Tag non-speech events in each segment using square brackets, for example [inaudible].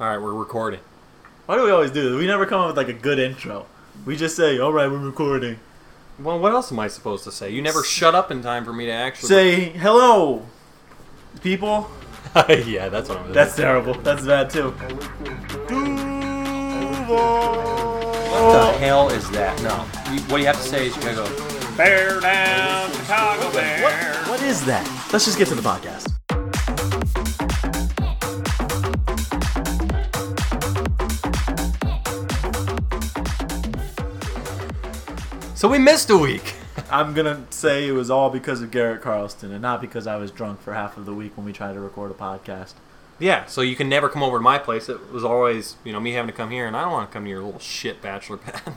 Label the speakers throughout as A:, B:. A: All right, we're recording.
B: Why do we always do this? We never come up with like a good intro. We just say, "All right, we're recording."
A: Well, what else am I supposed to say? You never shut up in time for me to actually
B: Say, "Hello, people."
A: [laughs] yeah, that's what I'm.
B: That's terrible. That's bad too.
A: what the hell is that? No, you, what you have to say is you gotta go.
C: Bear down, Chicago Bear.
B: What is that? Let's just get to the podcast.
A: So we missed a week.
B: I'm gonna say it was all because of Garrett Carlston, and not because I was drunk for half of the week when we tried to record a podcast.
A: Yeah, so you can never come over to my place. It was always you know me having to come here, and I don't want to come to your little shit bachelor [laughs] pad.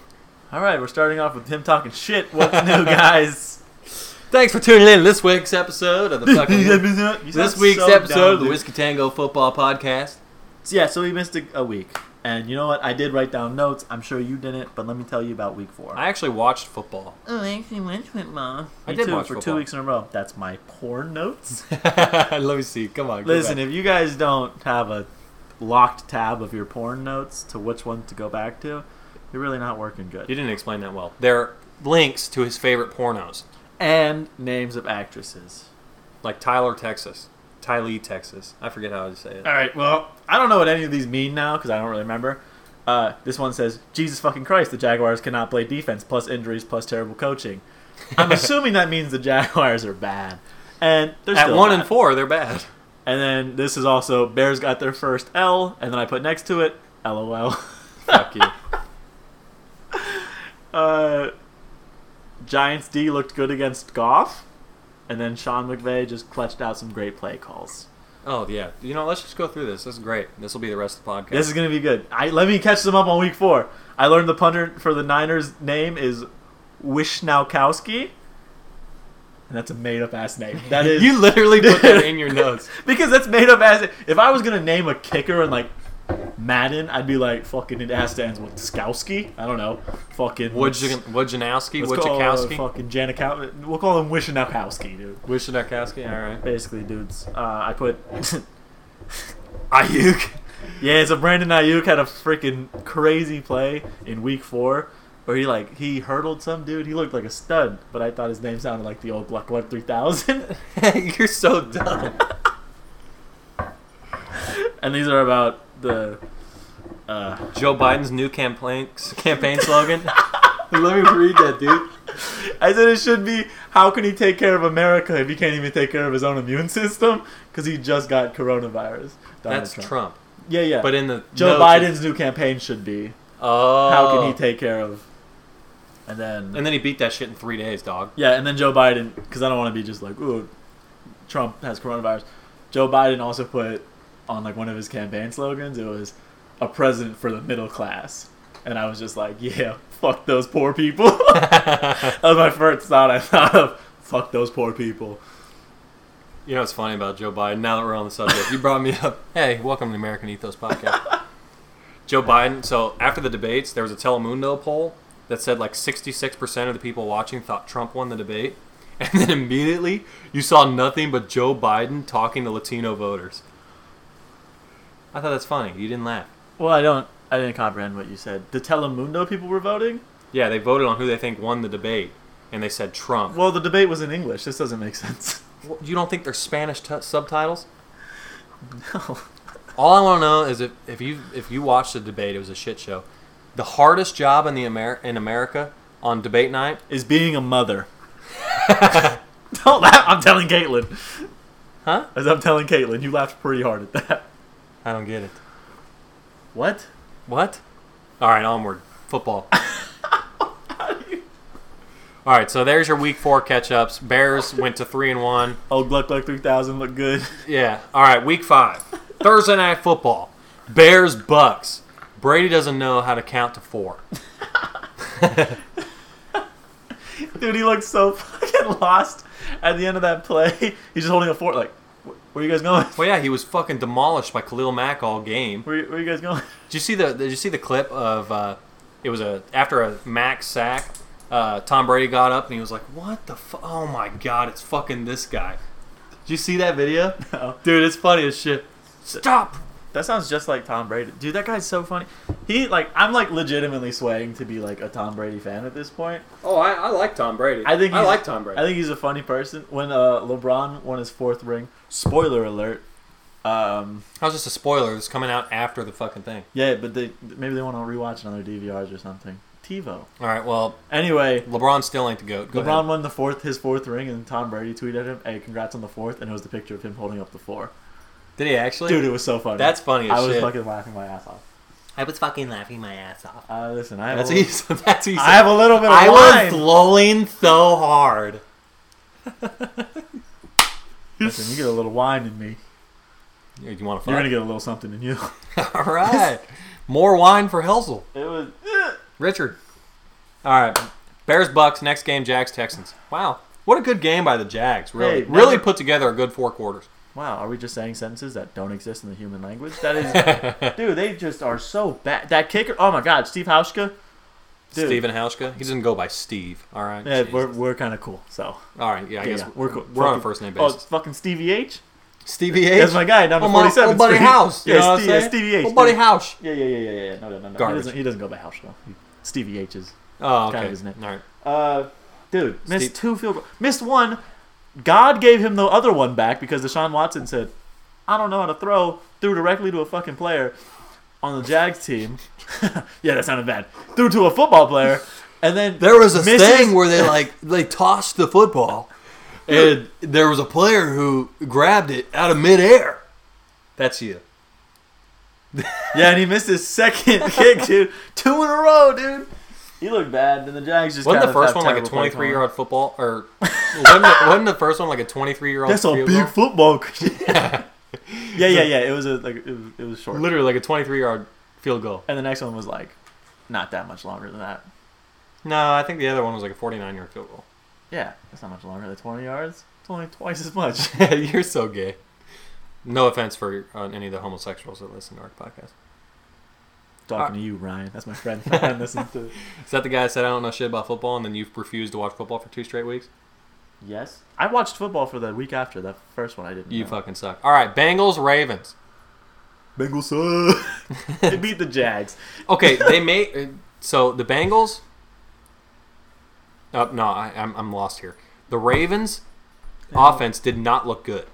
B: All right, we're starting off with him talking
A: [laughs]
B: shit. What's new, guys?
A: Thanks for tuning in to this week's episode of the fucking.
B: [laughs] You sound
A: [laughs] this week's
B: so
A: episode
B: dumb,
A: of the
B: dude.
A: Whiskey Tango Football Podcast.
B: Yeah, so we missed a, a week, and you know what? I did write down notes. I'm sure you didn't, but let me tell you about week four.
A: I actually watched [laughs] football.
B: Oh, I actually went to it, Mom.
A: I
B: I
A: did
B: did too,
A: watch
B: for
A: football.
B: two weeks in a row. That's my porn notes.
A: Let me see. Come on. [laughs] go
B: Listen,
A: back.
B: if you guys don't have a locked tab of your porn notes to which one to go back to, you're really not working
A: you
B: good.
A: didn't explain that well. They're links to his favorite pornos.
B: And names of actresses.
A: like Tyler, Texas, Tylee, Texas. I forget how to say it.
B: All right, well, I don't know what any of these mean now because I don't really remember. Uh, this one says, Jesus fucking Christ, the Jaguars cannot play defense, plus injuries, plus terrible coaching.
A: [laughs]
B: I'm assuming that means the Jaguars are bad. And they're
A: At
B: still
A: one
B: bad.
A: and four, they're
B: [laughs]
A: bad.
B: And then this is also Bears got their first L, and then I put next to it LOL. [laughs]
A: Fuck you.
B: Uh, Giants D looked good against Goff, and then Sean McVay just clutched out some great play calls.
A: Oh yeah. You know, let's just go through this. This is great. This will be the rest of the podcast.
B: This is gonna be good. I let me catch them up on week four. I learned the punter for the Niners' name is Wishnowkowski, and that's a made up ass name.
A: [laughs]
B: That is
A: you literally put
B: [laughs]
A: that in your notes.
B: because that's made up as if I was gonna name a kicker and like Madden, I'd be like fucking it has to end with Skowski. I don't know, fucking
A: Wojcik- Wojnarowski,
B: let's call, uh,
A: Wojciechowski,
B: fucking Janikowski. We'll call him Wishnowkowski, dude.
A: Wojnarowski. All right.
B: Basically, dudes. Uh, I put [laughs]
A: Ayuk.
B: Yeah, so Brandon Ayuk had a freaking crazy play in week four where he like he hurdled some dude. He looked like a stud, but I thought his name sounded like the old Black One three thousand.
A: [laughs] You're so dumb.
B: [laughs] and these are about the uh,
A: Joe Biden's new campaign campaign
B: [laughs]
A: slogan. Let me read that, dude.
B: I said it should be how can he take care of America if he can't even take care of his own immune system because he just got coronavirus. Donald
A: That's Trump.
B: Yeah, yeah.
A: But in the
B: Joe
A: notes, it's-
B: Biden's new campaign should be
A: Oh.
B: how can he take care of, and then
A: And then he beat that shit in three days, dog.
B: Yeah, and then Joe Biden, because I don't want to be just like, ooh, Trump has coronavirus. Joe Biden also put on like one of his campaign slogans, it was a president for the middle class. And I was just like, yeah, fuck those poor people. [laughs] that was my first thought I thought of. Fuck those poor people.
A: You know what's funny about Joe Biden? Now that we're on the subject, you brought me up. Hey, welcome to the American Ethos Podcast. Joe Biden. So after the debates, there was a Telemundo poll that said like 66% of the people watching thought Trump won the debate, [laughs] and then immediately you saw nothing but Joe Biden talking to Latino voters. I thought that's funny. You didn't laugh.
B: Well, I don't, I didn't comprehend what you said. The Telemundo people were voting?
A: Yeah, they voted on who they think won the debate, and they said Trump.
B: Well, the debate was in English. This doesn't make sense.
A: Well, You don't think there's Spanish t- subtitles?
B: [laughs] No.
A: All I want to know is if, if you if you watched the debate, it was a shit show. The hardest job in the Amer- in America on debate night,
B: Is being a mother. [laughs] don't laugh. I'm telling Caitlin.
A: huh?
B: As I'm telling Caitlin, you laughed pretty hard at that.
A: I don't get it.
B: What?
A: What? All right, onward. [laughs] Football. All right, so there's your week four catch ups. Bears went to three and one.
B: Oh, Gluck Gluck 3000 look good. [laughs]
A: Yeah. All right, week five. Thursday night football. Bears Bucks. Brady doesn't know how to count to four.
B: Dude, he looks so fucking lost at the end of that play. [laughs] He's just holding a fork, like, "Wh- where are you guys going? [laughs]
A: Well, yeah, he was fucking demolished by Khalil Mack all game.
B: Where, where are you guys going? [laughs]
A: Did you see the? Did you see the clip of? Uh, it was a after a max sack. Uh, Tom Brady got up and he was like, "What the? Fu- oh my god! It's fucking this guy." Did you see that video,
B: No.
A: dude? It's funny as shit. Stop!
B: That sounds just like Tom Brady. Dude, that guy's so funny. He like I'm like legitimately swaying to be like a Tom Brady fan at this point.
A: Oh, I, I like Tom Brady.
B: I think
A: I
B: he's-
A: like Tom Brady.
B: I think he's a funny person. When uh LeBron won his fourth ring, spoiler alert. Um
A: that was just a spoiler. It's coming out after the fucking thing.
B: yeah, but they maybe they want to rewatch it on their DVRs or something. TiVo.
A: All right. Well,
B: Anyway,
A: LeBron still ain't the goat. Go
B: LeBron
A: ahead.
B: won the fourth his fourth ring and Tom Brady tweeted him, "Hey, congrats on the fourth. And it was the picture of him holding up the four.
A: Did he actually?
B: Dude, it was so funny.
A: that's funny as
B: I was
A: shit.
B: fucking laughing my ass off.
A: I was fucking laughing my ass off.
B: Uh, listen, I have
A: That's
B: a little,
A: easy. [laughs] That's easy.
B: [laughs] I have a little bit of
A: I
B: wine.
A: was blowing so hard.
B: Listen, you get a little wine in me.
A: You want to
B: You're
A: fuck?
B: gonna get a little something in you.
A: [laughs] All right. More wine for Helsel. [laughs]
B: It was.
A: Richard. All right. Bears Bucks next game Jags Texans. Wow. What a good game by the Jags. Really
B: Hey,
A: really
B: never-
A: put together a good four quarters.
B: Wow, are we just saying sentences that don't exist in the human language? That
A: [laughs]
B: is, dude, they just are so bad. That kicker, oh my god, Steve Hauschka, dude.
A: Steven Hauschka. He doesn't go by Steve. All right.
B: Yeah,
A: Jesus.
B: we're, we're kind of cool. So
A: All right. Yeah, I
B: yeah,
A: guess
B: yeah,
A: we're,
B: cool.
A: we're on a
B: Fucking-
A: first name
B: Oh,
A: basis.
B: fucking Stevie H.
A: Stevie H.
B: That's my guy, number
A: Oh, my-
B: forty-seven.
A: oh, buddy
B: Street.
A: House. You
B: yeah,
A: know what I'm
B: Steve, yeah,
A: saying?
B: Stevie H.
A: Oh, buddy
B: dude.
A: House.
B: Yeah, yeah, yeah, yeah, yeah. No, no, no, no. He
A: Garbage.
B: doesn't, he doesn't go by Hauschka. Stevie H is
A: Oh,
B: Kind
A: okay.
B: of, isn't it?
A: All right.
B: Uh, dude, missed
A: Steve-
B: two field goals. Missed one. God gave him the other one back because Deshaun Watson said, I don't know how to throw. Threw directly to a fucking player on the Jags team. [laughs] yeah, that sounded bad. Threw to a football player. And then
A: There was a
B: misses-
A: thing where they like they tossed the
B: [laughs]
A: football, and there was a player who grabbed it out of midair. That's you.
B: Yeah, and he missed his second [laughs] kick, dude. Two in a row, dude. He looked bad. Then the Jags just
A: Wasn't
B: kind
A: the
B: of
A: first
B: have
A: one like a
B: terrible play
A: 23 year
B: calling.
A: old football, or wasn't, the, wasn't the first one like a 23 year old?
B: That's a big football. [laughs]
A: [laughs]
B: yeah, yeah, yeah. It was a like it was, it was short.
A: literally like a 23 yard field goal.
B: And the next one was like not that much longer than that.
A: No, I think the other one was like a 49 yard field goal. [laughs]
B: Yeah, that's not much longer. The 20 yards? It's only twice as much. [laughs]
A: You're so gay. No offense for uh, any of the homosexuals that listen to our podcast.
B: Talking
A: Uh,
B: to you, Ryan. That's
A: [laughs]
B: my friend. Ryan listens to.
A: Is that the guy that said I don't know shit about football, and then you've refused to watch football for two straight weeks?
B: Yes? I watched football for the week after. That first one I didn't.
A: You
B: know.
A: fucking suck. All right, Bengals Ravens.
B: Bengals suck. [laughs] they beat the Jags.
A: Okay, they may. [laughs] uh, So the Bengals. Uh, no, I, I'm, I'm lost here. The Ravens' offense did not look good.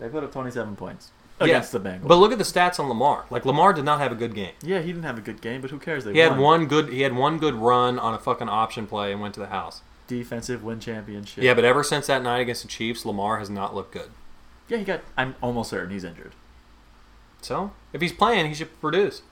B: They put up 27 points against
A: Yeah,
B: the Bengals.
A: But look at the stats on Lamar. Like Lamar did not have a good game.
B: yeah, he didn't have a good game, but who cares? They
A: He had
B: won.
A: one good. He had one good run on a fucking option play and went to the house.
B: defensive win championship.
A: Yeah, but ever since that night against the Chiefs, Lamar has not looked good.
B: yeah, he got. I'm almost certain he's injured.
A: So if he's playing, he should produce.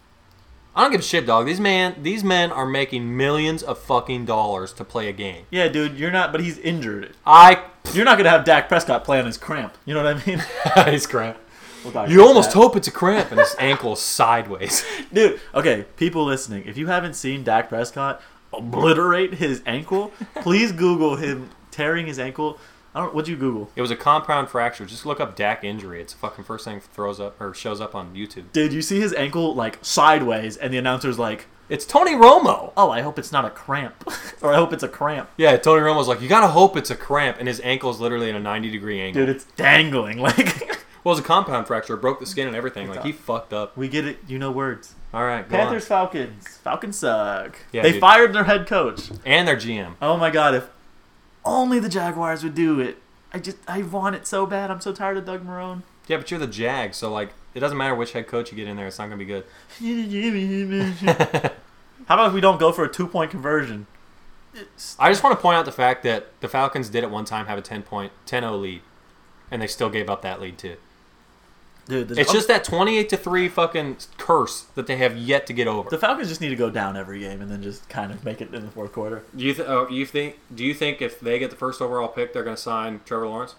A: I don't give a shit, dog. These man, these men are making millions of fucking dollars to play a game.
B: Yeah, dude, you're not. But he's injured.
A: I, [laughs]
B: You're not gonna have Dak Prescott play on his cramp. You know what I mean? [laughs]
A: he's crap.
B: We'll talk
A: You
B: about
A: almost
B: that.
A: hope it's a cramp and his ankle's sideways. [laughs]
B: Dude, okay, people listening, if you haven't seen Dak Prescott obliterate his
A: [laughs]
B: ankle, please Google him tearing his ankle. I don't. What'd you Google?
A: It was a compound fracture. Just look up Dak injury. It's the fucking first thing throws up or shows up on YouTube.
B: Did you see his ankle like sideways? And the announcer's like,
A: It's Tony Romo.
B: "Oh, I hope it's not a cramp, [laughs] or I hope it's a cramp."
A: Yeah, Tony Romo's like, you gotta hope it's a cramp, and his ankle's literally at a 90 degree angle.
B: Dude, it's dangling. [laughs] Like
A: Well, it was a compound fracture. It broke the skin and everything. Like he fucked up.
B: we get it. You know words.
A: All right, go
B: Panthers, Falcons. Falcons suck.
A: Yeah,
B: they
A: dude.
B: fired their head coach.
A: on. And their GM.
B: Oh my god, if only the Jaguars would do it. I just I want it so bad. I'm so tired of Doug Marone.
A: Yeah, but you're the Jags, so like it doesn't matter which head coach you get in there. It's not gonna be good.
B: [laughs] How about if we don't go for a two point conversion?
A: I just want to point out the fact that the Falcons did at one time have a 10 point 10-0 lead, and they still gave up that lead too.
B: Dude, the-
A: It's just that 28 to 3 fucking curse that they have yet to get over.
B: the Falcons just need to go down every game and then just kind of make it in the fourth quarter.
A: do you th- oh, you think do you think if they get the first overall pick they're going to sign Trevor Lawrence?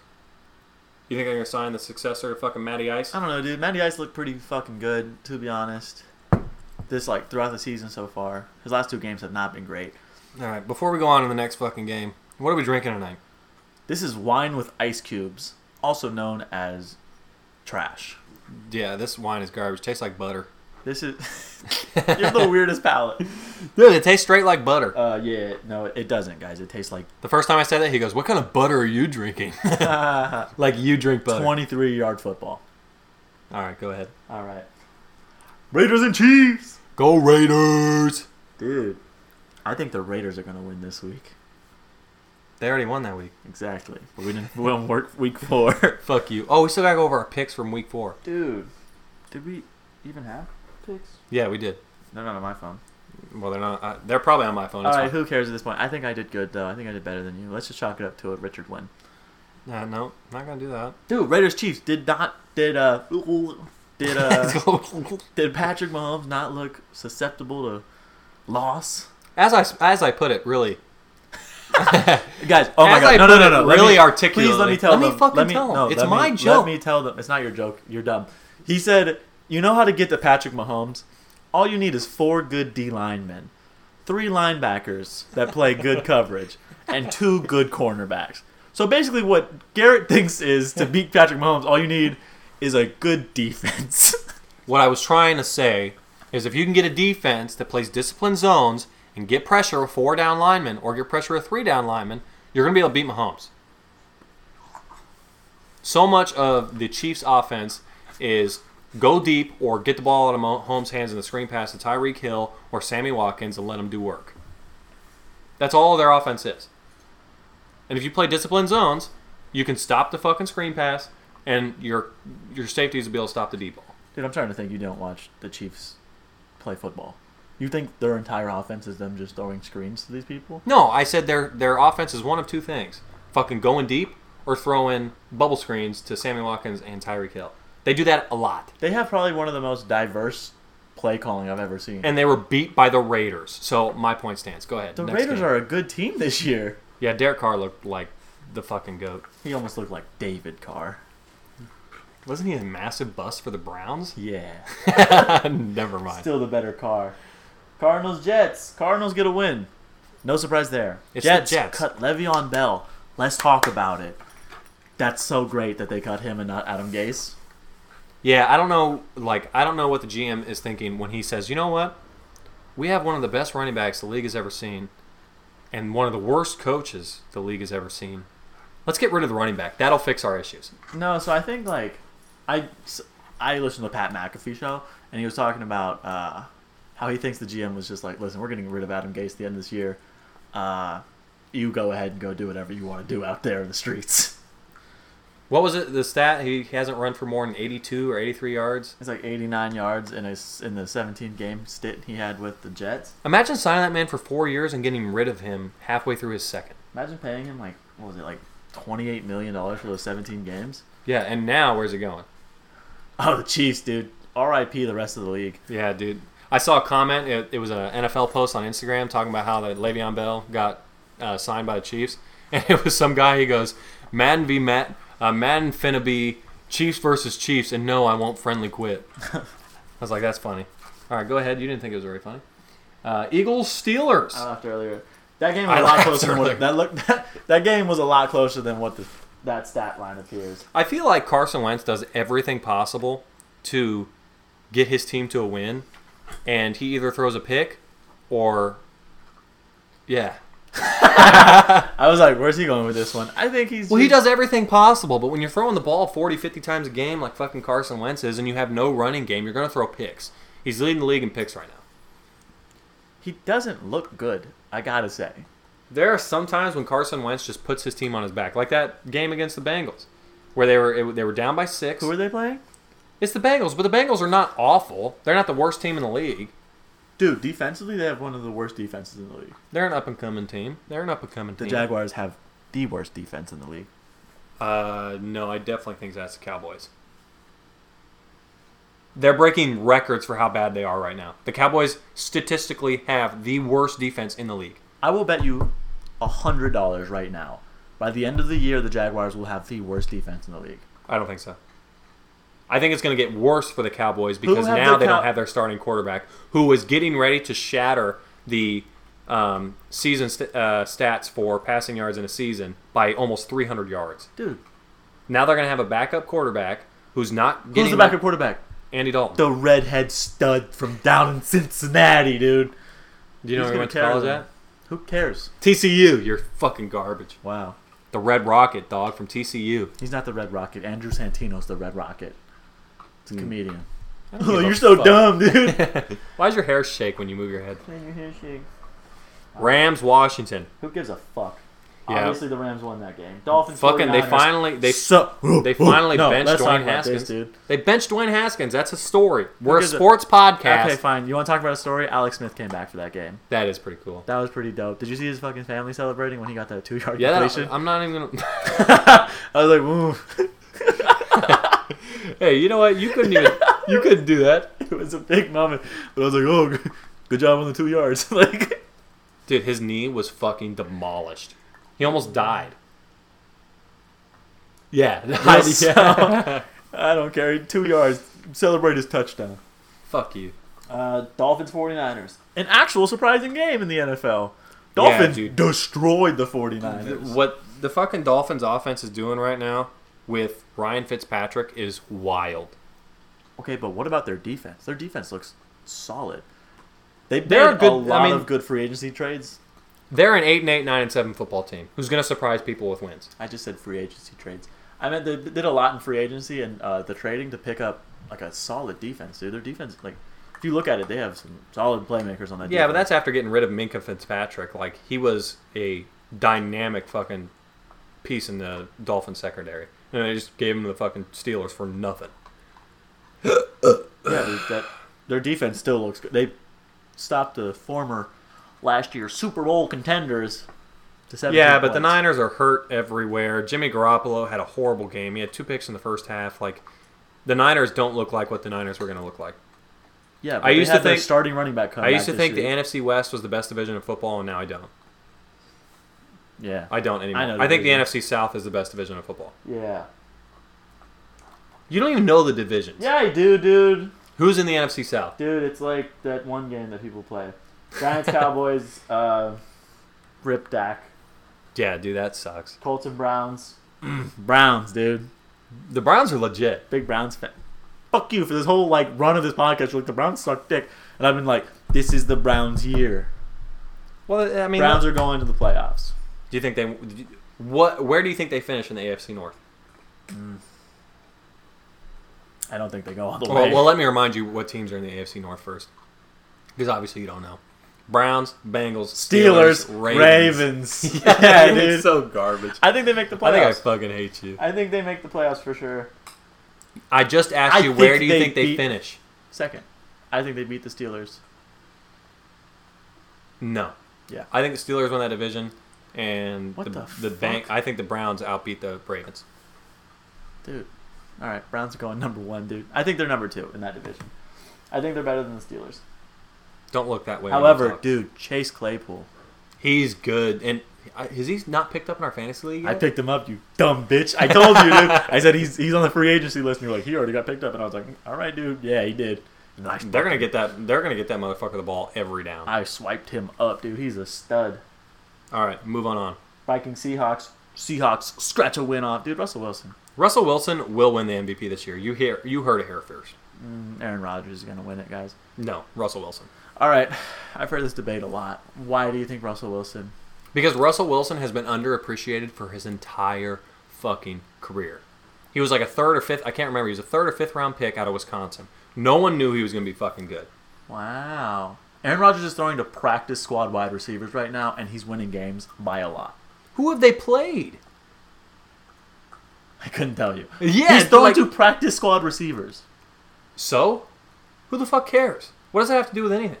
A: You think they're going to sign the successor to fucking Matty Ice?
B: I don't know, dude. Matty Ice looked pretty fucking good, to be honest. This like throughout the season so far, his last two games have not been great.
A: All right, before we go on to the next fucking game, what are we drinking tonight?
B: This is wine with ice cubes, also known as trash.
A: Yeah, this wine is garbage. Tastes like butter.
B: This is [laughs]
A: [laughs]
B: you're the weirdest palate.
A: Dude, it tastes straight like butter.
B: Uh, yeah, no, it doesn't, guys. It tastes like [laughs]
A: The first time I said that, he goes, "What kind of butter are you drinking?" [laughs] like you drink [laughs] butter.
B: twenty-three yard football.
A: All right, go ahead.
B: All right. Raiders and Chiefs.
A: Go Raiders!
B: Dude, I think the Raiders are gonna win this week.
A: They already won that week.
B: Exactly. But we didn't. we don't work week four.
A: Fuck you. Oh, we still gotta go over our picks from week four.
B: [laughs] Dude, did we even have picks?
A: Yeah, we did.
B: They're not on my phone.
A: Well, they're not. Uh, they're probably on my phone.
B: All
A: It's
B: right,
A: fine.
B: who cares at this point? I think I did good though. I think I did better than you. Let's just chalk it up to a Richard win.
A: Uh, no, not gonna do that. [laughs]
B: Dude, Raiders Chiefs did not did uh did uh [laughs] did Patrick Mahomes not look susceptible to loss?
A: as I as I put it, really.
B: Guys, oh my
A: As
B: god,
A: I
B: no, no,
A: put
B: no,
A: it
B: no,
A: really
B: let me,
A: articulately.
B: Please let me tell
A: Let me
B: them.
A: fucking
B: let me,
A: tell them.
B: No,
A: It's
B: let
A: my
B: me,
A: joke.
B: Let me tell them. It's not your joke. You're dumb. He said, "You know how to get to Patrick Mahomes. All you need is four good D linemen, three linebackers that
A: [laughs]
B: play good coverage, and two good cornerbacks." So basically, what Garrett thinks is to beat Patrick Mahomes, all you need is a good defense. [laughs]
A: What I was trying to say is, if you can get a defense that plays disciplined zones and get pressure a four down lineman or get pressure a three down lineman, you're gonna be able to beat Mahomes. So much of the Chiefs' offense is go deep or get the ball out of Mahomes' hands in the screen pass to Tyreek Hill or Sammy Watkins and let them do work. That's all their offense is. And if you play disciplined zones, you can stop the fucking screen pass, and your your safeties will be able to stop the deep ball.
B: Dude, I'm trying to think. You don't watch the Chiefs play football. You think their entire offense is them just throwing screens to these people?
A: No, I said their their offense is one of two things: fucking going deep or throwing bubble screens to Sammy Watkins and Tyreek Hill. They do that a lot,
B: They have probably one of the most diverse play calling I've ever seen.
A: and they were beat by the Raiders. So my point stands. Go ahead.
B: the
A: Next
B: Raiders
A: game.
B: are a good team this year.
A: Yeah, Derek Carr looked like the fucking goat.
B: He almost looked like David Carr.
A: Wasn't he a massive bust for the Browns? [laughs]
B: Yeah.
A: Never mind.
B: Still the better Carr. Cardinals Jets. Cardinals get a win. No surprise there.
A: It's the
B: Jets,
A: Jets.
B: cut Le'Veon Bell. Let's talk about it. That's so great that they cut him and not Adam Gase.
A: Yeah, I don't know. Like, I don't know what the GM is thinking when he says, "You know what? We have one of the best running backs the league has ever seen, and one of the worst coaches the league has ever seen. Let's get rid of the running back. That'll fix our issues."
B: No, so I think like I s- I listened to the Pat McAfee show and he was talking about uh, how he thinks the GM was just like, listen, we're getting rid of Adam Gase at the end of this year. Uh, you go ahead and go do whatever you want to do out there in the streets. [laughs]
A: What was it? The stat he hasn't run for more than 82 or 83 yards.
B: It's like 89 yards in a s in the 17 game stint he had with the Jets.
A: Imagine signing that man for four years and getting rid of him halfway through his second.
B: Imagine paying him like what was it like 28 million dollars for those 17 games.
A: Yeah, and now where's he going?
B: Oh, the Chiefs, dude. R.I.P. the rest of the league.
A: Yeah, dude. I saw a comment. It, it was an NFL post on Instagram talking about how that Le'Veon Bell got uh, signed by the Chiefs, [laughs] and it was some guy. He goes, "Madden v. Matt, uh, Madden finna be Chiefs versus Chiefs, and no, I won't friendly quit." I was like, "That's funny." All right, go ahead. You didn't think it was very funny. Uh, Eagles Steelers.
B: I laughed earlier. That game was
A: I
B: a lot
A: laughed
B: closer than
A: earlier.
B: what that look [laughs] that, that game was a lot closer than what the, that stat line appears.
A: I feel like Carson Wentz does everything possible to get his team to a win, and he either throws a pick or, yeah.
B: I was like, where's he going with this one? I think he's
A: Well, he does everything possible, but when you're throwing the ball 40, 50 times a game like fucking Carson Wentz is, and you have no running game, you're going to throw picks. He's leading the league in picks right now.
B: he doesn't look good. I gotta say.
A: There are some times when Carson Wentz just puts his team on his back, like that game against the Bengals, where they were it, they were down by six.
B: Who are they playing?
A: It's the Bengals, but the Bengals are not awful. They're not the worst team in the league.
B: Dude, defensively they have one of the worst defenses in the league.
A: They're an up and coming team. They're an up and coming
B: The
A: team.
B: Jaguars have the worst defense in the league.
A: Uh, no, I definitely think that's the Cowboys. They're breaking records for how bad they are right now. The Cowboys statistically have the worst defense in the league.
B: I will bet you hundred dollars right now. By the end of the year the Jaguars will have the worst defense in the league.
A: I don't think so. I think it's going to get worse for the Cowboys
B: Who
A: because
B: have
A: now
B: the
A: they
B: Cow-
A: don't have their starting quarterback, who is getting ready to shatter the um, season st- uh, stats for passing yards in a season by almost 300 yards.
B: Dude.
A: Now they're going to have a backup quarterback who's not getting
B: Who's the backup quarterback?
A: Andy Dalton.
B: The redhead stud from down in Cincinnati, dude.
A: Do you know where he
B: Who's gonna
A: went to
B: carry
A: college
B: them?
A: at?
B: Who cares?
A: TCU, you're fucking garbage.
B: Wow.
A: The Red Rocket dog from TCU.
B: He's not the Red Rocket. Andrew Santino's the Red Rocket. It's a comedian.
A: I don't
B: Oh,
A: give a
B: [laughs] you're so
A: fuck. [laughs]
B: dumb, dude.
A: Why does your hair shake when you move your head?
D: Man, your hair shake.
A: Rams, Washington.
D: Who gives a fuck?
A: Yeah.
D: Obviously, the Rams won that game. Dolphins.
A: Fucking, they
D: 49ers.
A: finally they
B: so,
A: they finally
B: no,
A: benched
B: let's talk
A: Dwayne
B: about this,
A: Haskins.
B: dude.
A: they benched Dwayne Haskins. That's a story. We're a
B: gives a-
A: sports podcast.
B: Okay, fine. You want to talk about a story? Alex Smith came back for that game.
A: That is pretty cool.
B: That was pretty dope. Did you see his fucking family celebrating when he got that two yard
A: Yeah,
B: completion?
A: that, uh, I'm not even. gonna... [laughs]
B: I was like, ooh,
A: hey, you know what? You couldn't
B: [laughs]
A: even. You couldn't do that,
B: [laughs] it was a big moment. But I was like, oh, [laughs] good- good job on the two yards. [laughs] like,
A: dude. His knee was fucking demolished. He almost died. Yeah, [laughs]
B: Yes.
A: yeah.
B: I don't care. Two yards. Celebrate his touchdown.
A: Fuck you.
D: Uh, Dolphins 49ers.
B: An actual surprising game in the NFL. Dolphins
A: dude.
B: destroyed the
A: Th-
B: 49ers.
A: What the fucking Dolphins offense is doing right now with Ryan Fitzpatrick is wild.
B: Okay, but what about their defense? Their defense looks solid. They made
A: They're a
B: a,
A: good- I
B: lot
A: mean-
B: of good free agency trades.
A: They're an eight and eight, nine and seven football team who's gonna surprise people with wins.
B: I just said free agency trades. I meant they did a lot in free agency and uh, the trading to pick up like a solid defense, dude. Their defense, like, if you look at it, they have some solid playmakers on that.
A: Yeah, but
B: defense.
A: that's after getting rid of Minka Fitzpatrick. Like he was a dynamic fucking piece in the Dolphins secondary, and they just gave him to the fucking Steelers for nothing.
B: yeah, dude, that their defense still looks good. They stopped the former last year Super Bowl contenders to seven.
A: Yeah, but the Niners are hurt everywhere. Jimmy Garoppolo had a horrible game. He had two picks in the first half. Like the Niners don't look like what the Niners were going to look like.
B: Yeah, but
A: I
B: they
A: used to
B: had their
A: think-
B: starting running back.
A: I used to think the NFC West was the best division of football, and now I don't.
B: the yeah.
A: I don't anymore.
B: know
A: I,
B: the
A: think the
B: division.
A: NFC South is the best division of football.
D: Yeah.
A: You don't even know the divisions.
D: Yeah, I do, dude.
A: Who's in the NFC South?
D: Dude, it's like that one game that people play.
A: [laughs]
D: Giants, Cowboys, uh, Rip Dak,
A: Yeah, dude, that sucks.
D: Colts and
A: [clears throat]
D: Browns.
B: Browns, dude.
A: The Browns are legit.
B: Big Browns fan. Fuck you for this whole like run of this podcast. You're like the Browns suck dick, and I've been like, this is the Browns year.
A: Well, I mean,
B: Browns are going to the playoffs.
A: do you think they? do you- What? Where do you think they finish in the AFC North?
B: I don't think they go all the way.
A: Well, well, let me remind you what teams are in the AFC North first, because obviously you don't know. Browns, Bengals,
B: Steelers,
A: Steelers,
B: Ravens.
A: [laughs] Yeah,
B: [laughs] yeah,
A: dude.
B: dude.
A: It's so garbage.
B: I think they make the
A: I think I
B: playoffs.
A: fucking hate you.
D: I think they make the playoffs for sure.
A: I just asked
B: I
A: you where
B: think
A: do you
B: they
A: think they
B: beat-
A: finish?
B: Second, I think they beat the Steelers.
A: No.
B: Yeah.
A: I think the Steelers won that division, and
B: What
A: the
B: the
A: bank. I think the Browns outbeat the Ravens.
B: Dude. All right, Browns are going number one, dude. I think they're number two in that division.
D: I think they're better than the Steelers.
A: Don't look that way. when you
B: However,
A: talk.
B: dude, Chase Claypool.
A: he's good, and I- is he not picked up in our fantasy league?
B: I
A: Yet?
B: picked him up, you dumb bitch. I told you, dude. I said he's he's on the free agency list, and you're like, he already got picked up, and I was like, "Mm, all right, dude, yeah, he did. And I
A: They're gonna get that. They're gonna get that motherfucker the ball every down.
B: I swiped him up, dude. He's a s-
D: Stud.
A: All right, move on. On
D: Viking Seahawks.
B: Seahawks scratch a win off, dude. Russell Wilson,
A: Russell Wilson will win the MVP this year. You hear? You heard it here first.
B: Aaron Rodgers is gonna win it, guys.
A: No, Russell Wilson.
B: All right, I've heard this debate a lot. Why do you think Russell Wilson?
A: Because Russell Wilson has been underappreciated for his entire fucking career. He was like a third or fifth, I can't remember, he was a third or fifth round pick out of Wisconsin. No one knew he was going to be fucking good.
B: Wow. Aaron Rodgers is throwing to practice squad wide receivers right now, and he's winning games by a lot. [laughs]
A: Who have they played?
B: I couldn't tell you.
A: Yeah,
B: he's throwing
A: like-
B: to practice squad receivers.
A: So? Who the fuck cares? What does that have to do with anything? Mm.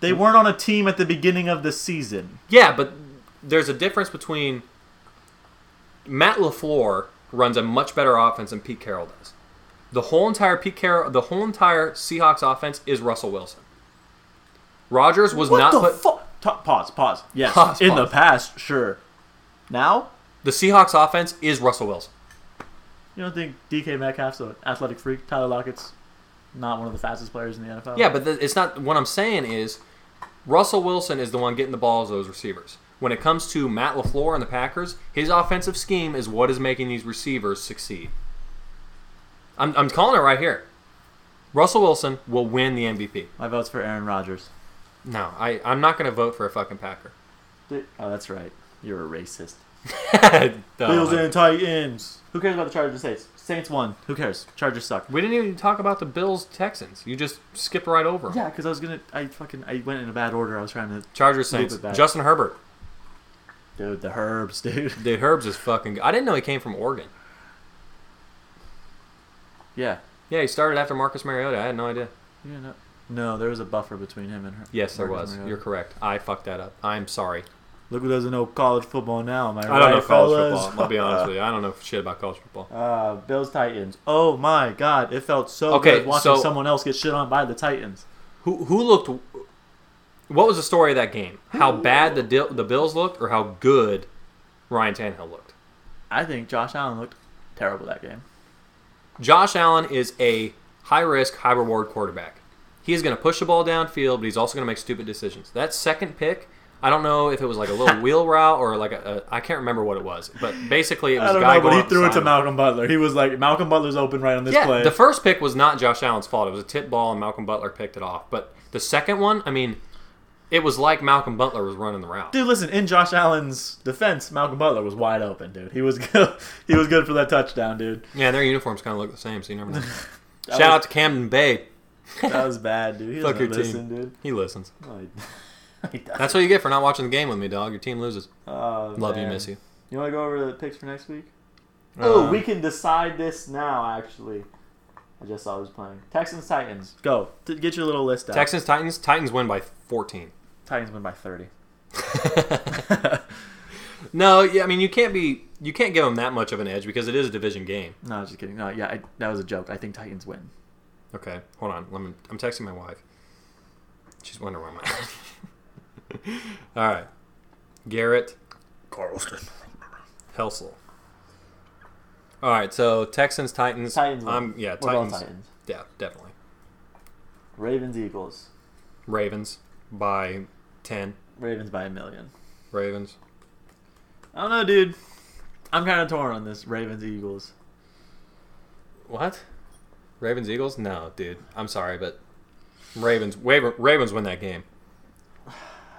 B: They weren't on a team at the beginning of the season.
A: Yeah, but there's a difference between Matt LaFleur runs a much better offense than Pete Carroll does. The whole entire Pete Carroll, the whole entire Seahawks offense is Russell Wilson. Rogers was
B: What
A: not
B: the
A: put,
B: fuck? pause, pause. Yes,
A: Pause,
B: in
A: pause.
B: the past, sure. Now,
A: the Seahawks offense is Russell Wilson.
B: you don't think DK Metcalf's an athletic freak? Tyler Lockett's not one of the fastest players in the NFL.
A: Yeah, but th it's not. What I'm saying is, Russell Wilson is the one getting the balls to those receivers. When it comes to Matt Lafleur and the Packers, his offensive scheme is what is making these receivers succeed. I'm, I'm calling it right here. Russell Wilson will win the MVP.
B: my vote's for Aaron Rodgers.
A: No, I, I'm not going to vote for a fucking Packer. [laughs]
D: Dude,
B: Oh, that's right. You're a racist. Oh,
E: Bills
A: Uh,
E: and tight ends.
B: Who cares about the Chargers? Saints. Saints won. Who cares? Chargers suck.
A: we didn't even talk about the Bills Texans. You just skip right over 'em.
B: Yeah.
E: Yeah.
B: because I was gonna. I fucking. I went in a bad order. I was trying to.
A: Chargers
B: Look
A: Saints.
B: at that.
A: Justin Herbert.
B: Dude, the herbs, [laughs] dude.
A: The Herbs is fucking. I didn't know he came from Oregon.
B: Yeah.
A: Yeah, he started after Marcus Mariota. I had no idea.
B: You know. No, there was a buffer between him and her.
A: Yes, there
B: Marcus
A: was.
B: Mariota.
A: You're correct. I fucked that up. I'm sorry.
E: Look who doesn't know college football now. Am I,
A: I
E: right,
A: don't know college
E: fellas?
A: football. I'll be
B: [laughs]
A: honest with you. I don't know shit about college football.
B: Uh, Bills Titans.
E: Oh my god, it felt so
A: Okay,
E: good watching
A: so-
E: someone else get shit on by the Titans.
A: Who who looked? What was the story of that game? How bad the Dil- the Bills looked, or how good Ryan Tannehill looked?
B: I think Josh Allen looked terrible that game.
A: Josh Allen is a high risk, high reward quarterback. He is going to push the ball downfield, but he's also going to make stupid decisions. That second pick, I don't know if it was like a
E: [laughs]
A: little wheel route or like a, a I can't remember what it was, but basically it was
E: I don't
A: a guy
E: know, but
A: going
E: he threw it to
A: outside.
E: Malcolm Butler. He was like, Malcolm Butler's open right on this
A: Yeah,
E: play.
A: the first pick was not Josh Allen's fault. It was a tip ball, and Malcolm Butler picked it off. But the second one, I mean, it was like Malcolm Butler was running the route.
E: dude, listen, in Josh Allen's defense, Malcolm Butler was wide open, dude. He was [laughs] good. he was good for that touchdown, dude.
A: Yeah, and their uniforms kind of look the same, so you
B: [laughs]
A: never know. Shout
B: was-
A: out to Camden Bay.
E: That was bad, dude. He
A: Fuck your
E: doesn't
A: team.
E: listen, dude.
A: He listens.
B: No, he-
E: [laughs]
B: he doesn't.
A: That's what you get for not watching the game with me, dog. Your team loses.
B: Oh,
A: Love you,
B: man.
A: miss you.
B: You want to go over the picks for next week? oh,
A: Um,
B: we can decide this now. Actually, I just saw who's playing. Texans Titans.
E: Go. T- Get your little list out.
A: Texans Titans. Titans win by
B: [laughs]
A: 14.
B: Titans win by thirty.
A: [laughs]
B: [laughs]
A: no, yeah, I mean you can't be you can't give them that much of an edge because it is a division game.
B: No, just kidding. No, yeah, I, that was a joke. I think Titans win.
A: Okay, hold on. Let me. I'm texting my wife. She's wondering where I'm at. [laughs] All right, Garrett
E: Carlson.
A: Helsel. All right, so Texans Titans.
B: Titans win.
A: I'm yeah
B: We're both
A: Titans.
B: Titans.
A: Yeah, definitely.
B: Ravens Eagles.
A: Ravens by ten.
B: Ravens by a million.
A: Ravens.
B: I don't know, dude.
E: I'm kind of torn on this Ravens Eagles.
A: What? Ravens Eagles? No, dude. I'm sorry, but Ravens. Waver, Ravens win that game.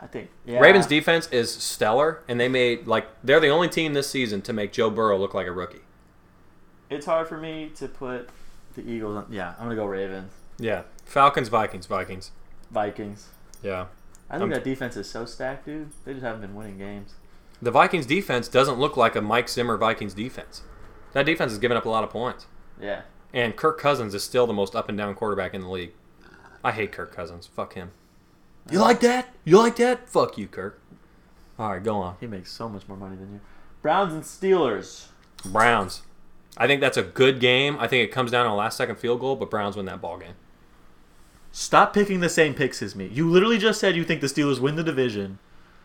B: I think yeah.
A: Ravens defense is stellar, and they made like they're the only team this season to make Joe Burrow look like a rookie.
B: It's hard for me to put the Eagles. On, yeah, I'm gonna go Ravens.
A: Yeah. Falcons, Vikings, Vikings.
B: Vikings.
A: Yeah.
B: I think
A: I'm-
B: that defense is so stacked, dude. They just haven't been winning games.
A: The Vikings defense doesn't look like a Mike Zimmer Vikings defense. That defense is giving up a lot of points,
B: Yeah.
A: and Kirk Cousins is still the most up and down quarterback in the league. I hate Kirk Cousins. Fuck him. You like that? You like that? Fuck you, Kirk. All right, go on.
B: He makes so much more money than you. Browns and Steelers.
A: Browns. I think that's a good game. I think it comes down to a last second field goal, but Browns win that ball game.
E: Stop picking the same picks as me. You literally just said you think the Steelers win the division.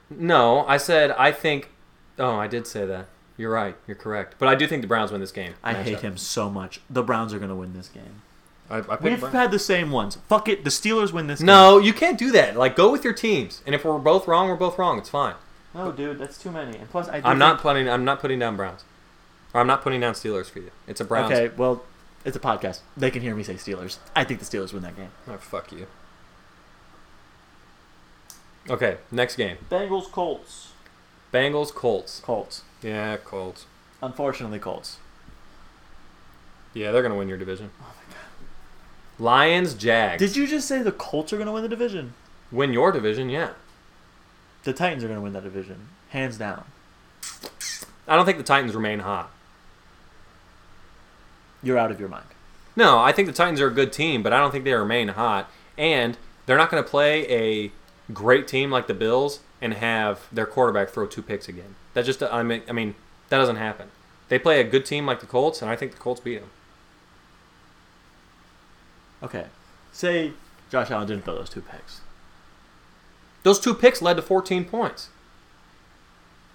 A: No, I said I think. Oh, I did say that. You're right. You're correct. But I do think the Browns win this game.
E: I hate
A: Matchup.
E: him so much. The Browns are going to win this game.
A: I, I picked
E: We've
A: Browns.
E: had the same ones. Fuck it. The Steelers win this game.
A: No, you can't do that. Like, go with your teams, and if we're both wrong, we're both wrong. It's fine.
B: No, dude, that's too many. And plus, I. do
A: I'm not
B: think-
A: putting. I'm not putting down Browns. Or I'm not putting down Steelers for you. It's a Browns.
E: Okay, well, it's a podcast. They can hear me say Steelers. I think the Steelers win that game.
A: Oh, fuck you. Okay, next game.
B: Bengals Colts.
A: Bengals Colts.
E: Colts.
A: Yeah, Colts.
E: Unfortunately, Colts.
A: Yeah, they're gonna win your division. Oh my god. Lions Jags.
E: Did you just say the Colts are going to win the division?
A: win your division? Yeah.
E: The Titans are going to win that division. Hands down.
A: I don't think the Titans remain hot.
E: You're out of your mind.
A: No, I think the Titans are a good team, but I don't think they remain hot. And they're not going to play a great team like the Bills and have their quarterback throw two picks again. That just I mean, I mean that doesn't happen. They play a good team like the Colts, and I think the Colts beat them.
E: Okay. Say Josh Allen didn't throw those two picks.
A: Those two picks led to 14 points.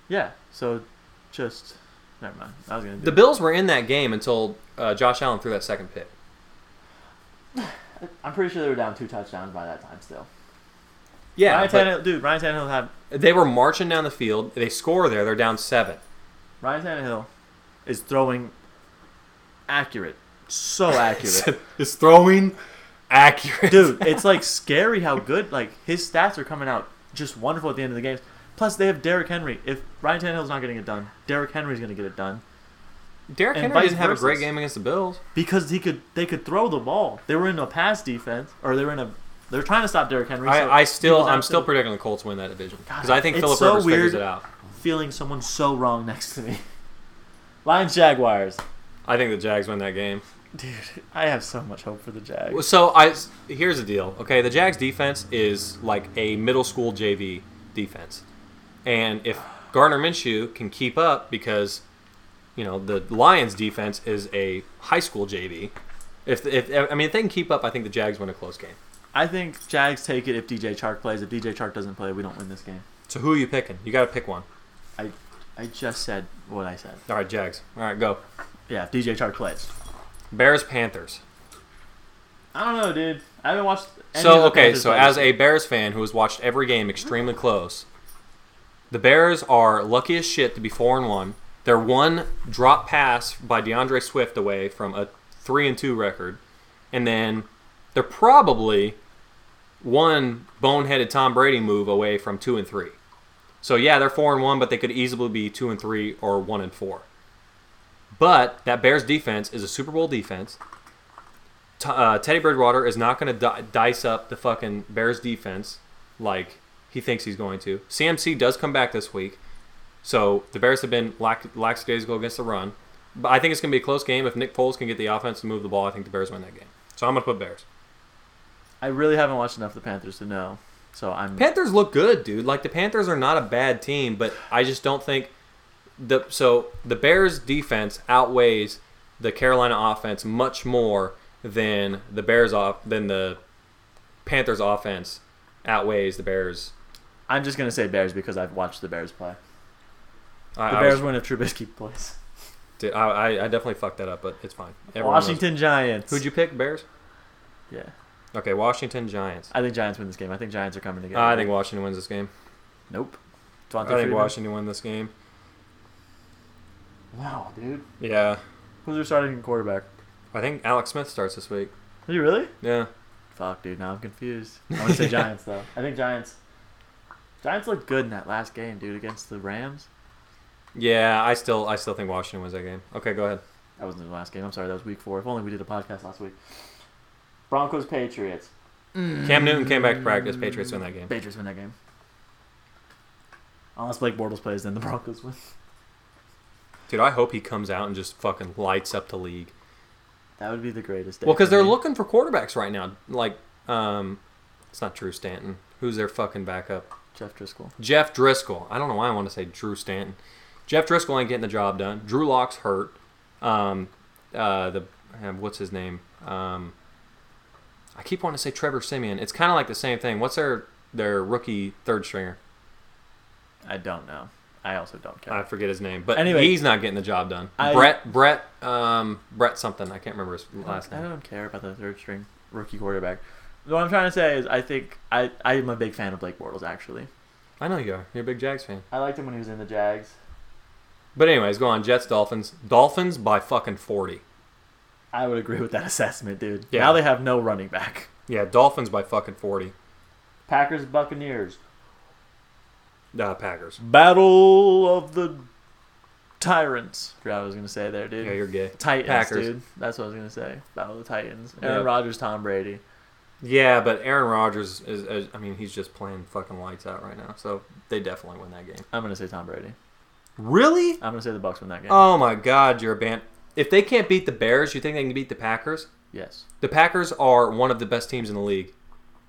E: Yeah, so just. Never mind. I was going to do
A: The Bills were in that game until uh, Josh Allen threw that second pick.
B: I'm pretty sure they were down two touchdowns by that time. Still.
A: Yeah,
E: Ryan
A: but
E: Tannehill, dude, Ryan Tannehill have
A: they were marching down the field. They score there. They're down seven.
E: Ryan Tannehill is throwing accurate, so
A: [laughs]
E: accurate,
A: It's throwing accurate,
E: dude. It's like scary how good like his stats are coming out just wonderful at the end of the games.
B: Plus, they have Derrick Henry. If Ryan Tannehill's not getting it done, Derrick Henry's going to get it done
A: Derrick
B: And
A: Henry
B: vice
A: didn't have a
B: versa.
A: great game against the Bills.
B: because he could. They could throw the ball. They were in a pass defense, or they were in a. They're trying to stop Derrick Henry. so
A: I, I
B: he
A: still,
B: was out
A: I'm
B: to
A: still
B: the-
A: predicting the Colts win that division because
B: God,
A: I think
B: it's
A: Philip
B: so
A: Rivers figures
B: weird.
A: it out.
B: feeling someone so wrong next to me. [laughs] Lions Jaguars.
A: I think the Jags win that game.
B: Dude, I have so much hope for the Jags.
A: Well, So I here's the deal. Okay, the Jags defense is like a middle school JV defense, and if Gardner Minshew can keep up because, you know, the Lions defense is a high school JV. If, if I mean, if they can keep up, I think the Jags win a close game.
B: I think Jags take it if DJ Chark plays. If DJ Chark doesn't play, we don't win this game.
A: So who are you picking? You got to pick one.
B: I just said what I said.
A: All right, Jags. All right, go.
B: Yeah, if DJ Chark plays.
A: Bears Panthers.
F: I don't know, dude. I haven't watched. Any
A: So
F: of the
A: okay,
F: Panthers
A: so
F: play
A: as
F: this
A: a Bears fan who has watched every game extremely close, the Bears are lucky as shit to be four and one. They're one drop pass by DeAndre Swift away from a three and two record, and then they're probably one boneheaded Tom Brady move away from two and three. So yeah, they're four and one, but they could easily be two and three or one and four. But that Bears defense is a Super Bowl defense. T- uh, Teddy Bridgewater is not going to di- dice up the fucking Bears defense like he thinks he's going to. CMC does come back this week, so the Bears have been lack lackadaisical against the run. But I think it's going to be a close game. If Nick Foles can get the offense to move the ball, I think the Bears win that game. So I'm going to put Bears.
B: I really haven't watched enough of the Panthers to know. So I'm.
A: Panthers look good, dude. Like the Panthers are not a bad team, but I just don't think the so the Bears defense outweighs the Carolina offense much more than the Bears off than the Panthers offense outweighs the Bears.
B: I'm just gonna say Bears because I've watched the Bears play.
A: I,
B: The
A: I
B: Bears
A: was-
B: win if Trubisky [laughs] plays.
A: dude, I, I, I definitely fucked that up, but it's fine. Everyone knows.
B: Washington Giants.
A: Who'd you pick? Bears.
B: Yeah,
A: Okay, Washington Giants.
B: I think Giants win this game. I think Giants are coming together.
A: I think Washington wins this game.
B: Nope.
A: I
B: Devontae
A: think
B: Freeman?
A: Washington win this game.
F: game. Wow, dude.
A: Yeah,
B: Who's their starting quarterback?
A: I think Alex Smith starts this week.
B: Are you really?
A: Yeah,
B: Fuck, dude. Now I'm confused.
A: [laughs]
B: I want to say Giants though.
F: I think Giants.
B: Giants looked good in that last game, dude, against the Rams.
A: yeah. I still I still think Washington wins that game. Okay, go ahead.
B: That wasn't the last game. I'm sorry. That was Week Four. If only we did a podcast last week.
F: Broncos, Patriots.
A: Cam Newton came back to practice. Patriots win that game.
B: Patriots win that game. Unless Blake Bortles plays, then the Broncos win.
A: Dude, I hope he comes out and just fucking lights up the league.
B: That would be the greatest day.
A: Well, because
B: for
A: they're
B: me.
A: looking for quarterbacks right now. Like, um, it's not Drew Stanton. Who's their fucking backup?
B: Jeff Driscoll.
A: Jeff Driscoll. I don't know why I want to say Drew Stanton. Jeff Driscoll ain't getting the job done. Drew Locke's hurt. Um, uh, the uh, what's his name? Um, I keep wanting to say Trevor Simeon. It's kind of like the same thing. What's their their rookie third stringer?
B: I don't know. I also don't care.
A: I forget his name, but
B: Anyway.
A: he's not getting the job done.
B: I-
A: Brett Brett um, Brett something. I can't remember his last
B: I
A: name.
B: don't care about the third string rookie quarterback. What I'm trying to say is, I think I I am a big fan of Blake Bortles. Actually,
A: I know you are. You're a big Jags fan.
F: I liked him when he was in the Jags.
A: But anyways, go on. Jets, Dolphins. Dolphins by fucking forty.
B: I would agree with that [laughs] assessment, dude.
A: Yeah.
B: Now they have no running back.
A: Yeah, Dolphins by fucking forty.
F: Packers, Buccaneers.
A: Uh, Packers.
B: Battle of the Tyrants. Forgot what I was gonna say there, dude.
A: Yeah, you're gay.
B: Titans,
A: Packers.
B: dude. That's what I was gonna say. Battle of the Titans. Aaron
A: Yep.
B: Rodgers, Tom Brady.
A: Yeah, but Aaron Rodgers is, is. I mean, he's just playing fucking lights out right now. So they definitely win that game.
B: I'm gonna say Tom Brady.
A: Really?
B: I'm gonna say the Bucks win that game.
A: Oh my God, you're a band. If they can't beat the Bears, you think they can beat the Packers?
B: yes.
A: The Packers are one of the best teams in the league.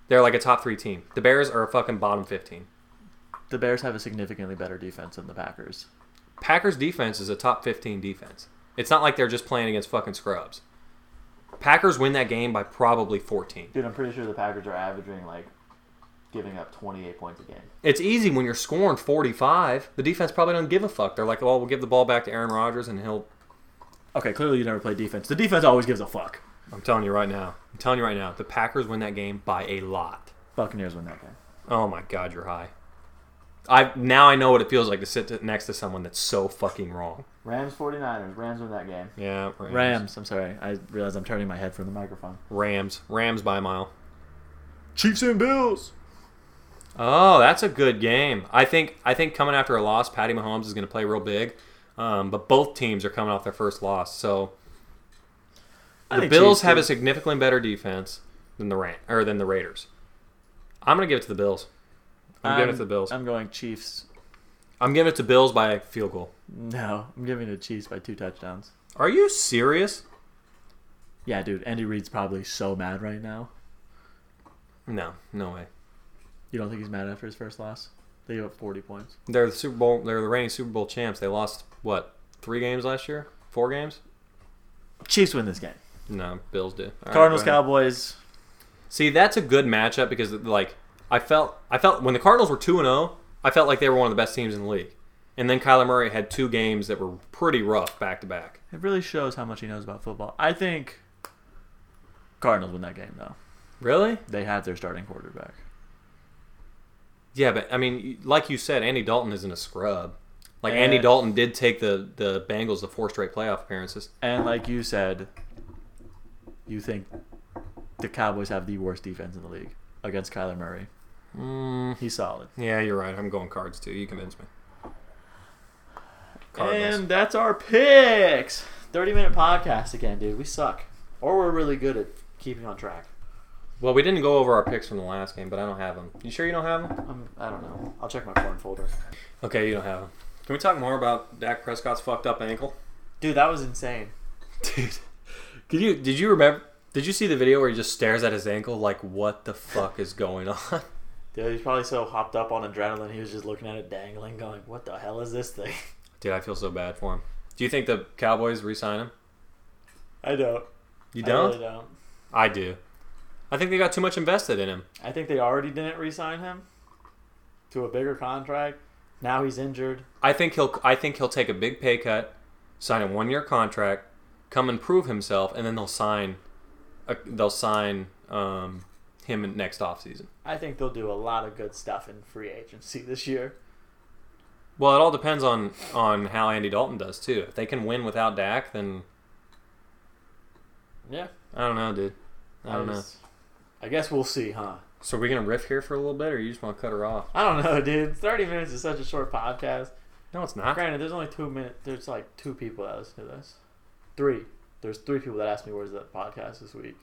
A: They're like a top three team. The Bears are a fucking bottom fifteen.
B: The Bears have a significantly better defense than the Packers.
A: Packers defense is a top 15 defense. It's not like they're just playing against fucking scrubs. Packers win that game by probably 14.
F: Dude, I'm pretty sure the Packers are averaging like giving up 28 points a game.
A: It's easy when you're scoring 45. The defense probably don't give a fuck. They're like, "Oh, well, we'll give the ball back to Aaron Rodgers and he'll.
B: Okay, clearly you never play defense. The defense always gives a fuck.
A: I'm telling you right now. I'm telling you right now. The Packers win that game by a lot.
B: Buccaneers win that game.
A: Oh my God, you're high. I now I know what it feels like to sit to, next to someone that's so fucking wrong.
F: Rams, 49ers. Rams win that game.
A: Yeah,
B: Rams. I'm sorry. I realize I'm turning my head from the microphone.
A: Rams. Rams by a mile.
B: Chiefs and Bills.
A: Oh, that's a good game. I think I think coming after a loss, Patty Mahomes is going to play real big. Um, but both teams are coming off their first loss, so
E: I
A: the
E: think
A: Bills
E: Chiefs
A: have
E: do.
A: a significantly better defense than the Ran- or than the Raiders. I'm going to give it to the Bills. I'm, giving it
E: Um,
A: to the Bills. I'm,
E: I'm going Chiefs.
A: giving it to Bills by field goal.
E: No, I'm giving it to Chiefs by two touchdowns.
A: Are you serious?
E: Yeah, dude, Andy Reid's probably so mad right now.
A: No, no way.
E: You don't think he's mad after his first loss? They gave up 40 points.
A: They're the Super Bowl. They're the reigning Super Bowl champs. They lost what three games last year? Four games?
E: Chiefs win this game.
A: No, Bills did. All right,
E: Cardinals,
A: go ahead.
E: Cowboys.
A: See, that's a good matchup because like I felt I felt when the Cardinals were 2 and 0, I felt like they were one of the best teams in the league. And then Kyler Murray had two games that were pretty rough back to back.
E: It really shows how much he knows about football. I think Cardinals win that game, though.
A: Really?
E: They have their starting quarterback.
A: Yeah, but I mean, like you said, Andy Dalton isn't a scrub. Like
E: Eh.
A: Andy Dalton did take the the Bengals to four straight playoff appearances.
E: And like you said, you think the Cowboys have the worst defense in the league against Kyler Murray.
A: Mm,
E: He's solid.
A: yeah, you're right. I'm going Cards too. You convinced me. Cardinals.
E: And that's our picks.
B: 30 minute podcast again, dude. We suck. Or we're really good at keeping on track.
A: well, we didn't go over our picks from the last game, but I don't have them. You sure you don't have them?
B: I'm, I don't know. I'll check my phone folder.
A: Okay, you don't have them. Can we talk more about Dak Prescott's fucked up ankle?
B: Dude, that was insane.
A: Dude, did you did you remember? Did you see the video where he just stares at his ankle like, "What the fuck is going on?" [laughs]
B: Dude, he's probably so hopped up on adrenaline, he was just looking at it dangling, going, What the hell is this thing? [laughs]
A: Dude, I feel so bad for him. Do you think the Cowboys re-sign him?
B: I don't.
A: You don't? I,
B: I really don't.
A: do. I think they got too much invested in him.
B: I think they already didn't re sign him to a bigger contract. Now he's injured.
A: I think he'll I think he'll take a big pay cut, sign a one year contract, come and prove himself, and then they'll sign, uh, they'll sign um, him in next offseason.
B: I think they'll do a lot of good stuff in free agency this year.
A: Well, it all depends on on how Andy Dalton does too. If they can win without Dak, then
B: Yeah.
A: I don't know, dude. I don't know.
B: just- I guess we'll see, huh?
A: So are we gonna riff here for a little bit, or you just want to cut her off?
B: I don't know, dude. 30 minutes is such a short podcast.
A: No, it's not.
B: Granted, there's only two minutes. There's like two people that listen to this. Three. There's three people that asked me where's that podcast this week.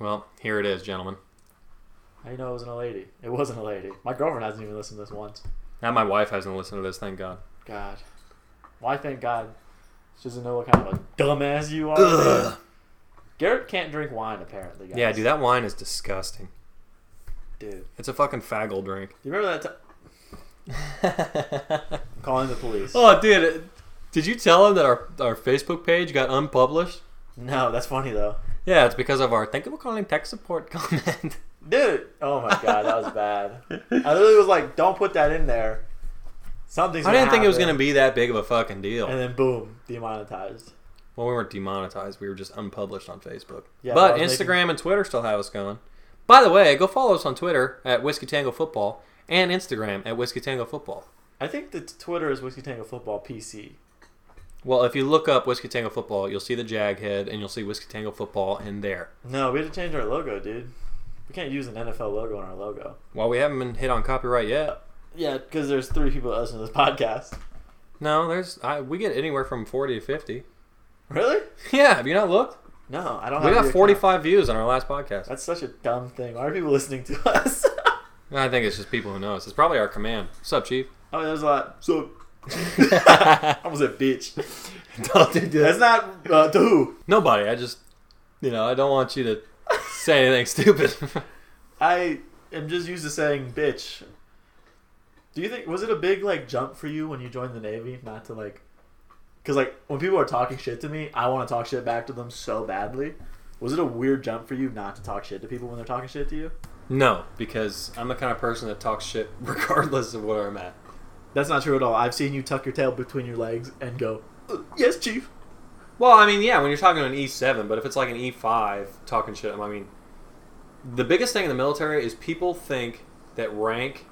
A: Well, here it is, gentlemen.
B: I know it wasn't a lady. It wasn't a lady. My girlfriend hasn't even listened to this once.
A: Now my wife hasn't listened to this. Thank God.
B: God. Why? Thank God. She doesn't know what kind of a dumbass you are. man. Garrett can't drink wine apparently. Guys.
A: Yeah, dude, that wine is disgusting.
B: Dude, do
A: It's a fucking faggle
B: [laughs]
A: drink.
B: you remember that? T- I'm calling the police.
A: oh, dude, did you tell him that our our Facebook page got unpublished?
B: No, that's funny though.
A: Yeah, it's because of our thank you for calling tech support comment.
B: Dude, oh my god, that was bad. I literally was like, "Don't put that in there." Something's.
A: I didn't think it was
B: happen.
A: gonna be that big of a fucking
B: And
A: deal.
B: then boom, demonetized.
A: Well, we weren't demonetized; we were just unpublished on Facebook.
B: Yeah,
A: but
B: but I was
A: Instagram
B: making-
A: and Twitter still have us going. By the way, go follow us on Twitter at Whiskey Tango Football and Instagram at Whiskey Tango Football.
B: I think the t- Twitter is Whiskey Tango Football PC.
A: Well, if you look up Whiskey Tango Football, you'll see the jag head and you'll see Whiskey Tango Football in there.
B: No, we had to change our logo, dude. We can't use an NFL logo on our logo.
A: While we haven't been hit on copyright yet,
B: Yeah, because there's three people that listen to this [laughs] podcast.
A: no, there's I, we get anywhere from forty to fifty. [laughs]
B: Really?
A: Yeah, have you not looked?
B: No, I don't.
A: We
B: have
A: got
B: your account.
A: forty-five views on our last podcast.
B: That's such a dumb thing. Why are people listening to us? [laughs]
A: I think it's just people who know us. It's probably our command. Sup,
B: [laughs]
A: Chief?
B: oh, there's a lot.
A: [laughs]
B: So I
A: Don't
B: was a
A: [laughs]
B: bitch.
A: do
B: That's not uh, to who.
A: Nobody. I just, you know, I don't want you to say anything [laughs] stupid.
B: I am just used to saying bitch. Do you think was it a big like jump for you when you joined the navy not to like cuz like when people are talking shit to me, I want to talk shit back to them so badly. Was it a weird jump for you not to talk shit to people when they're talking shit to you?
A: no, because I'm the kind of person that talks shit [laughs] regardless of where I'm at.
B: That's not true at all. I've seen you tuck your tail between your legs and go, "Uh, "Yes, chief."
A: Well, I mean, yeah, when you're talking to an E7, but if it's like an E5 talking shit, I mean, the biggest thing in the military is people think that rank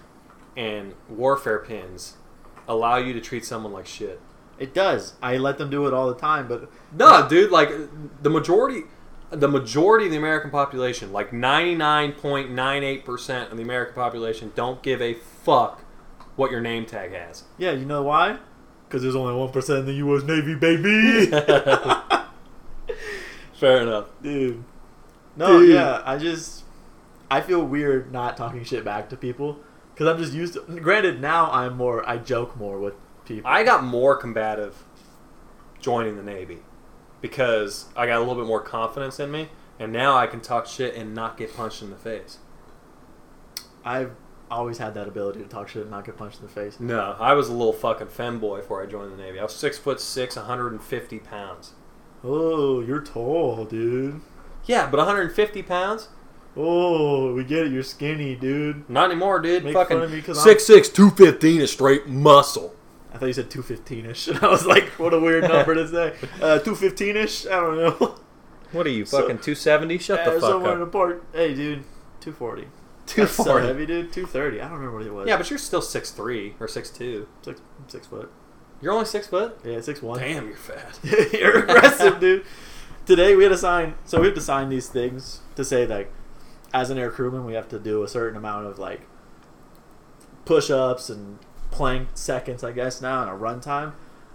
A: and warfare pins allow you to treat someone like shit.
B: It does. I let them do it all the time, but
A: No, dude, like the majority the majority of the American population, like 99.98% of the American population, don't give a fuck what your name tag has.
B: Yeah, you know why? Because there's only one percent in the U.S.
A: [laughs]
B: Navy, baby.
A: Fair enough.
B: Dude. No,
E: Dude.
B: yeah. I just I feel weird not talking shit back to people because I'm just used. to Granted, now I'm more. I joke more with people.
A: I got more combative joining the Navy because I got a little bit more confidence in me, and now I can talk shit and not get punched in the face.
B: I've always had that ability to talk shit and not get punched in the face.
A: No, I was a little fucking femboy before I joined the Navy. I was six foot six, 150 pounds.
B: Oh, you're tall, dude.
A: Yeah, but 150 pounds?
B: Oh, we get it. You're skinny, dude.
A: Not anymore, dude.
B: Make
A: fucking
B: fun of me 'cause I'm-
A: 6'6", 215 is straight muscle.
B: I thought you said 215 ish. [laughs] And I was like, what a weird number to
A: [laughs]
B: say. Uh, 215 ish? I don't know.
A: What are you,
B: So-
A: fucking 270? Shut
B: Yeah,
A: the fuck
B: somewhere in the
A: up.
B: park. Hey, dude. 240. That's so
A: 240.
B: heavy, dude. 230. I don't remember what it was.
A: yeah, but you're still six three or six two.
B: Six, six foot.
A: You're only six foot?
B: Yeah, six one.
A: Damn, you're fat.
B: [laughs] You're
A: [laughs]
B: aggressive, dude. Today we had to sign. So we have to sign these things to say like, as an air crewman, we have to do a certain amount of like push-ups and plank seconds, I guess now, and a run time.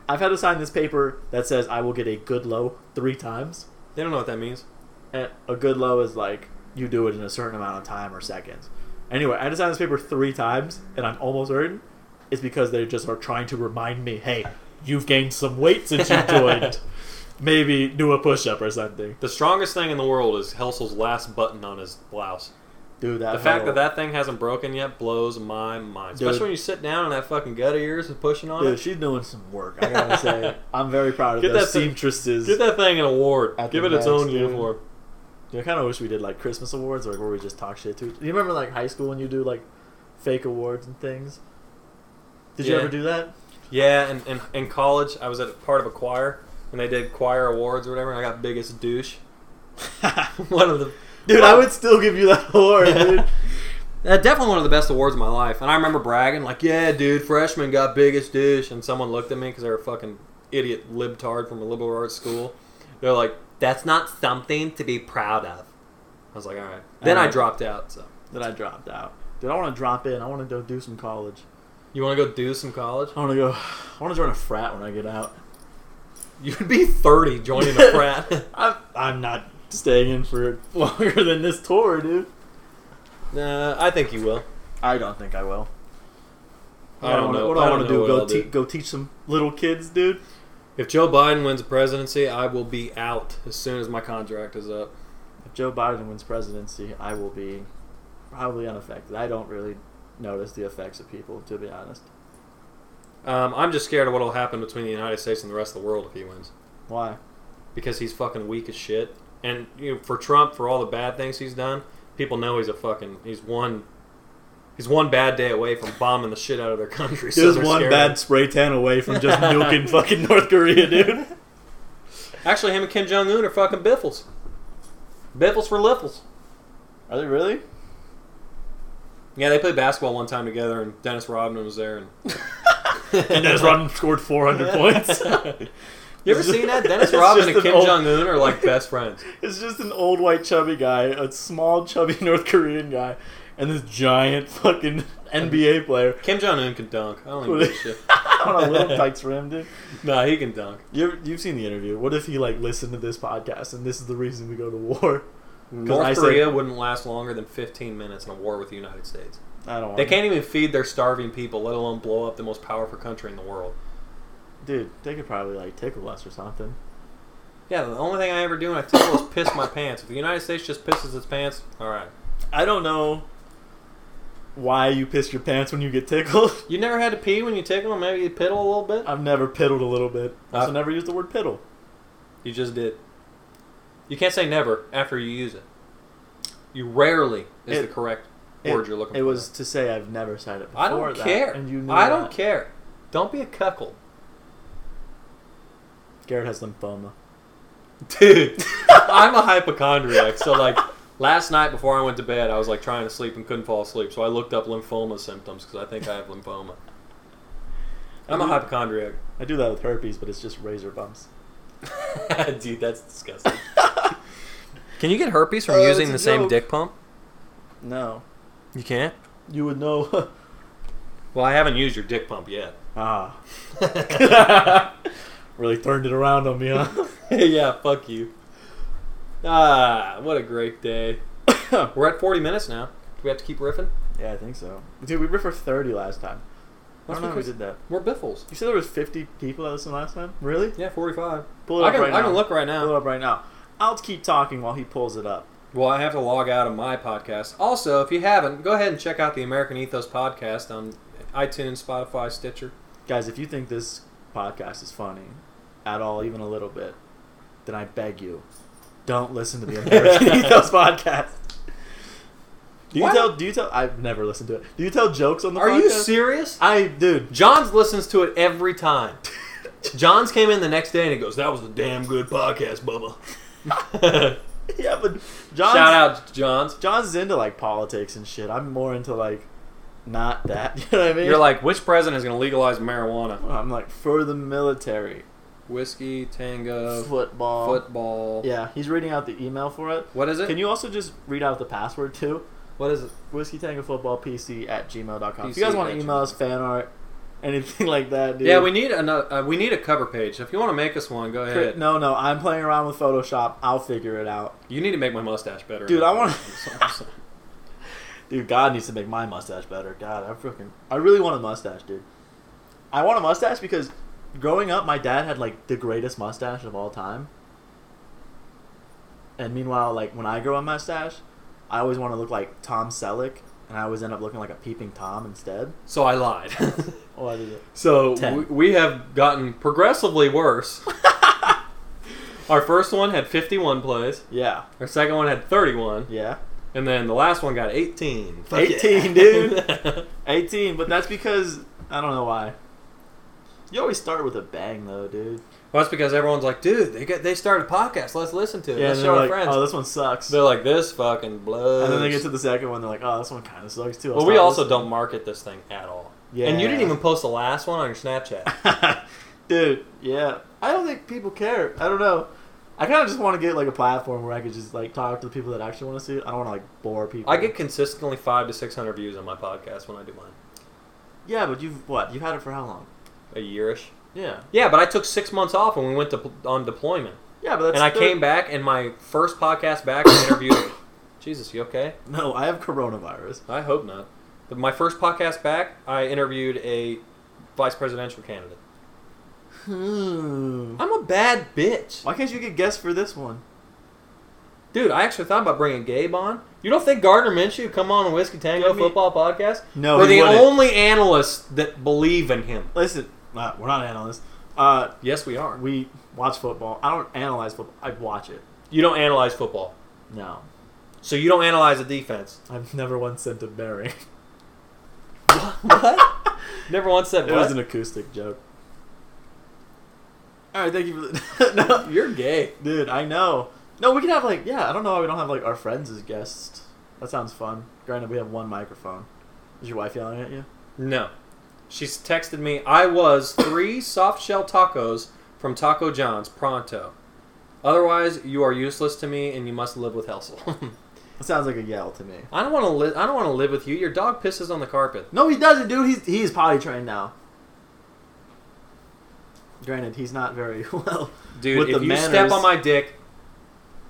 B: I've had to sign this paper that says I will get a good low three times.
A: They don't know what that means.
B: And a good low is like you do it in a certain amount of time or seconds. Anyway, I had to sign this paper three times, and I'm almost certain it's because they just are trying to remind me, hey, you've gained some weight since you joined. [laughs] Maybe do a push up or something.
A: The strongest thing in the world is Helsel's last button on his blouse.
B: Dude, that
A: The fact
B: whole-
A: that that thing hasn't broken yet blows my mind.
B: Dude.
A: Especially when you sit down and that fucking gut of yours is pushing on
B: dude,
A: it.
B: she's doing some work. I gotta [laughs] say, I'm very proud of
A: Get
B: those
A: that thing-
B: seamstresses.
A: Get that thing an award.
B: At the
A: Give it its
B: max,
A: own
B: dude.
A: uniform.
B: Dude, I kind of wish we did like Christmas awards, like where we just talk shit to. each- You remember like high school when you do like fake awards and things? Did you
A: Yeah.
B: ever
A: [laughs]
B: do that? [laughs]
A: Yeah, and in, in college, I was at part of a choir, and they did choir awards or whatever, and I got biggest douche. [laughs] one of the
B: Dude, I would still give you that [laughs] award, dude.
A: Uh, definitely one of the best awards of my life. And I remember bragging, like, yeah, dude, freshman got biggest douche. And someone looked at me because they were a fucking idiot libtard from a liberal arts school. They're like, that's not something to be proud of. I was like, all right. Then I
B: Alright.
A: dropped out. So,
B: Then I dropped out. Dude, I want to drop in. I want to go do some college.
A: you want to go do some college? [laughs]
B: I want to go. [sighs] I want to join a frat when I get [laughs] out.
A: You'd be 30 joining
B: [laughs]
A: a frat. [laughs]
B: I'm, I'm not staying in for [laughs] longer than this tour, dude.
A: nah, I think you will.
B: I don't think I will.
A: I don't
B: wanna-
A: know.
B: What do I,
A: I don't
B: want to
A: know
B: do?
A: what
B: Go,
A: I'll
B: te-
A: do.
B: go teach some little kids, dude.
A: If Joe Biden wins the presidency, I will be out as soon as my contract is up.
B: If Joe Biden wins presidency, I will be probably unaffected. I don't really notice the effects of people, to be honest.
A: Um, I'm just scared of what will happen between the United States and the rest of the world if he wins.
B: Why?
A: because he's fucking weak as shit. And you know, for Trump, for all the bad things he's done, people know he's a fucking he's one he's one bad day away from bombing the shit out of their country. [laughs] so
B: Just
A: they're
B: one
A: scared.
B: bad spray tan away from just
A: [laughs]
B: nuking fucking North Korea, dude.
A: Actually, him and Kim Jong Un are fucking biffles. Biffles for liffles.
B: Are they really?
A: Yeah, they played basketball one time together, and Dennis Rodman was there. And [laughs]
B: And Dennis Rodman scored [laughs] 400 points.
A: you ever seen
B: [laughs]
A: that? Dennis
B: It's
A: Rodman
B: just
A: and
B: an
A: Kim
B: old-
A: Jong Un are like best friends.
B: [laughs] It's just an old white chubby guy, a small chubby [laughs] North Korean guy, and this giant fucking NBA player [laughs]
A: Kim Jong Un can dunk. I don't even give a shit.
B: on
A: [laughs]
B: a little tights rim, dude.
A: Nah, he can dunk.
B: You you've seen the interview. What if he like listened to this podcast and this is the reason we go to war?
A: North
B: I said-
A: Korea wouldn't last longer than 15 minutes in a war with the United States.
B: I don't.
A: They
B: wanna-
A: can't even feed their starving people, let alone blow up the most powerful country in the world.
B: dude. They could probably like tickle us or something.
A: Yeah, the only thing I ever do when I tickle is piss my pants. If the United States just pisses its pants, all right.
B: I don't know why you piss your pants when you get tickled. [laughs]
A: You never had to pee when you tickle, and maybe you piddle a little bit.
B: I've never piddled a little bit. Also,
A: Uh,
B: never used the word piddle.
A: You just did. You can't say never after you use it. You rarely is
B: It-
A: the correct
B: It-
A: word you're looking
B: it
A: for.
B: was to say I've never said it before.
A: I don't
B: that,
A: care.
B: And you knew
A: I don't
B: that.
A: care. Don't be a cuckold,
B: Garrett has lymphoma.
A: [laughs] dude. I'm a hypochondriac, so like. Last night before I went to bed, I was like trying to sleep and couldn't fall asleep, so I looked up lymphoma symptoms because I think I have lymphoma. I'm a hypochondriac. [laughs]
B: I do that with herpes, but it's just razor bumps.
A: Dude, that's disgusting. Can you get herpes from
E: Uh,
A: using the
E: it's a
A: same
E: joke.
A: dick pump?
E: No,
A: You can't.
E: you would know.
A: Well, I haven't used your dick pump [laughs] yet.
B: [laughs] Ah. really turned it around on me, huh?
A: [laughs]
B: [laughs]
A: yeah, fuck you. Ah, what a great day. We're at 40 minutes now. Do we have to keep riffing?
B: yeah, I think so. Dude, we were for 30 last time. I don't know how we did that.
A: We're biffles.
B: You said there was 50 people that listened last time? Really?
A: Yeah, 45.
B: Pull it
A: I
B: up
A: can,
B: right
A: I
B: now.
A: can look right
B: Pull it
A: now.
B: up right now. I'll keep talking while he pulls it up.
A: Well, I have to log out of my podcast. Also, if you haven't, go ahead and check out the American Ethos podcast on iTunes, Spotify, Stitcher.
B: Guys, if you think this podcast is funny at all, even a little bit, then I beg you, don't listen
A: [laughs]
B: to the American Ethos podcast. Do you
A: What?
B: tell? Do you tell? I've never listened to it. Do you tell jokes on the
A: Are
B: podcast?
A: you serious?
B: I dude, [laughs]
A: Johns listens to it every time. Johns came in the next day and he goes, "That was a damn good podcast, Bubba."
B: yeah, but [laughs] John's,
A: Shout out to Johns.
B: John's into like politics and shit. I'm more into like not that. [laughs] You know what I mean?
A: You're like, which president is going to legalize marijuana?
B: I'm like for the military,
A: Whiskey, tango,
B: football.
A: football.
B: Yeah, he's reading out the email for it.
A: What is it?
B: Can you also just read out the password too?
A: What is it?
B: Whiskey Tango Football PC at gmail.com. If you
A: PC
B: guys want to
A: at
B: email us fan art, anything [laughs] like that, dude.
A: Yeah, we need another. Uh, we need a cover page. If you want to make us one, go ahead.
B: No, no, I'm playing around with Photoshop. I'll figure it out.
A: You need to make my mustache better.
B: Dude, I want to. dude, God needs to make my mustache better. God, I freaking. I really want a mustache, dude. I want a mustache because growing up, my dad had like the greatest mustache of all time. And meanwhile, like when I grow a mustache, I always want to look like Tom Selleck, and I always end up looking like a peeping Tom instead.
A: [laughs] So I
B: [laughs]
A: lied.
B: What is Oh, it?
A: so
B: Ten.
A: we, we have gotten progressively
B: [laughs]
A: worse. Our first one had 51 plays.
B: Yeah,
A: Our second one had 31.
B: yeah.
A: And then the last one got 18. Fuck
B: 18, [laughs]
A: yeah.
B: dude. 18, but that's because I don't know why. You always start with a bang, though, dude.
A: well, that's because everyone's like, dude, they got, they started a podcast. Let's listen to it.
B: Yeah, and
A: Let's
B: then
A: show
B: they're
A: our
B: like,
A: friends.
B: oh, this one sucks.
A: They're like, this fucking blows.
B: and then they get to the second one, they're like, oh, this one kind of sucks too. I'll
A: well, we
B: stop
A: also
B: listening."
A: don't market this thing at all.
B: Yeah.
A: And you didn't even post the last one on your Snapchat.
B: [laughs] dude, yeah. I don't think people care. I don't know. I kind of just want to get like a platform where I could just like talk to the people that actually want to see it. I don't want to like bore people.
A: I get consistently five to six hundred views on my podcast when I do mine.
B: yeah, but you've what? You've had it for how long?
A: A yearish.
B: Yeah,
A: Yeah, but I took six months off when we went to on deployment,
B: yeah, but that's
A: and I
B: thir-
A: came back, and my first podcast back, I interviewed. [coughs] Jesus, you okay?
B: [laughs] No, I have
A: [laughs]
B: coronavirus.
A: I hope not. But my first podcast back, I interviewed a vice presidential candidate.
B: Hmm.
A: I'm a bad bitch,
B: Why can't you get guests for this one?
A: dude. I actually thought about bringing Gabe on. You don't think Gardner Minshew come on a Whiskey Tango
B: Give me-
A: football podcast?
B: No,
A: we're
B: he
A: the
B: wouldn't.
A: only analysts that believe in him.
B: Listen, uh, we're not analysts. Uh,
A: Yes, we are.
B: we watch football. I don't analyze football. I watch it.
A: You don't analyze football,
B: No,
A: so you don't analyze the defense.
B: [laughs] I've never once sent a [laughs] bearing.
A: what? Never once said
B: [laughs] It
A: what?
B: was an acoustic joke. All right, thank you [laughs] for no,
A: You're gay.
B: dude. I know. No, we can have like yeah. I don't know why we don't have like our friends as guests. That sounds fun. Granted, we have one microphone. Is your wife yelling at you?
A: No. She's texted me, I was three soft shell tacos from Taco John's pronto. Otherwise, you are useless to me and you must live with Helsel.
B: That sounds like a yell to me.
A: [laughs] I don't want to live I don't want to live with you. Your dog pisses on the carpet.
B: No, he doesn't, dude. He's he's potty trained now. Granted, he's not very [laughs] well.
A: Dude,
B: with
A: if
B: the
A: you
B: manners.
A: step on my dick,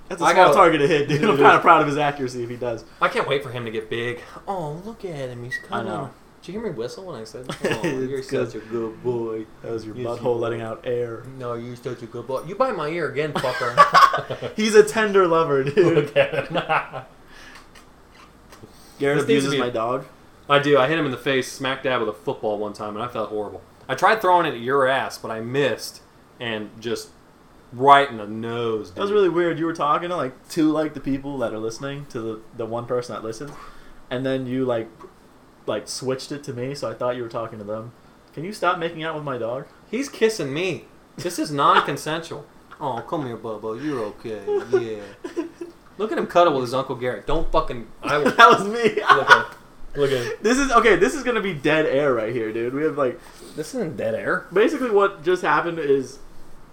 B: That's a
A: I
B: small
A: gotta-
B: target to
A: [laughs]
B: hit, dude. I'm
A: Dude.
B: kind of proud of his accuracy if he does.
A: I can't wait for him to get big. Oh, look at him. He's
B: I
A: coming.
B: know.
A: Did you hear me whistle when I said [laughs] that? Oh,
B: [laughs] It's
A: you're such a good boy.
B: That was your
A: Yes,
B: butthole
A: you-
B: letting out
A: [laughs]
B: air.
A: No, you're such a good boy. You bite my ear [laughs] again, fucker. [laughs]
B: [laughs] He's a tender lover, dude.
A: This needs
B: Garrett
A: to
B: abuses
A: be-
B: my dog.
A: [laughs] I do. I hit him in the face, smack dab with a football one time, and I felt horrible. I tried throwing it at your ass, but I missed, and just right in the nose. Dude.
B: That was really weird. You were talking to like two like the people that are listening to the the one person that listens, and then you like like switched it to me, so I thought you were talking to them. Can you stop making out with my dog?
A: He's kissing me. This is [laughs] non-consensual. oh, come here, Bubba. You're [laughs] okay. Uh,
B: [laughs]
A: Yeah. Look at him cuddle with his uncle Garrett. Don't fucking. I will.
B: that was me.
A: Look at him. Look at him.
B: [laughs] This is okay. This is gonna be dead air right here, dude. We have like
A: This isn't dead air.
B: basically what just happened is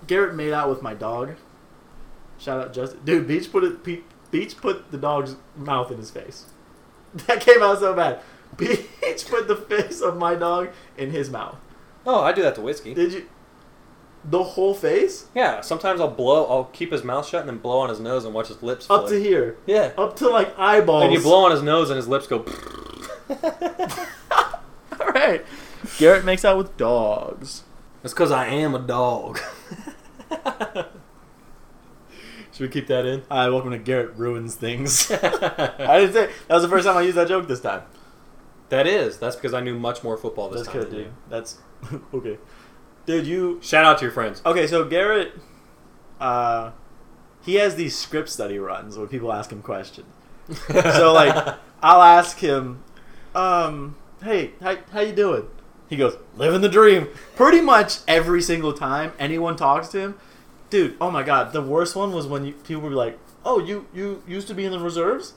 B: Garrett made out with my dog. Shout out Justin, dude. Beach put it. Pe- Beach put the dog's mouth in his face. [laughs] That came out so bad. Beach put the face of my dog in his mouth.
A: Oh, I do that to whiskey.
B: Did you? The whole face?
A: Yeah, sometimes I'll blow. I'll keep his mouth shut and then blow on his nose and watch his lips.
B: Up to
A: flick.
B: here. Oh.
A: Yeah.
B: Up to like eyeballs.
A: And you
B: [laughs]
A: blow on his nose and his lips go. [laughs]
B: All right. Garrett makes out with [laughs] dogs.
A: That's because I am a dog. Should we keep that in?
B: Hi, welcome to Garrett Ruins [laughs] Things. I didn't say that was the first time I used that joke this time.
A: That is. That's because I knew much more football this
B: That's
A: time.
B: good,
A: than
B: dude.
A: you.
B: That's [laughs] okay. Dude, you
A: Shout out to your friends.
B: okay? So Garrett, uh, he has these scripts that he runs when people ask him questions. [laughs] [laughs] So like, I'll ask him, um, "Hey, how how you doing?" He goes, "Living the dream." Pretty much every single time anyone talks to him, dude. Oh my god, the worst one was when you, people were like, "Oh, you you used to be in the reserves,"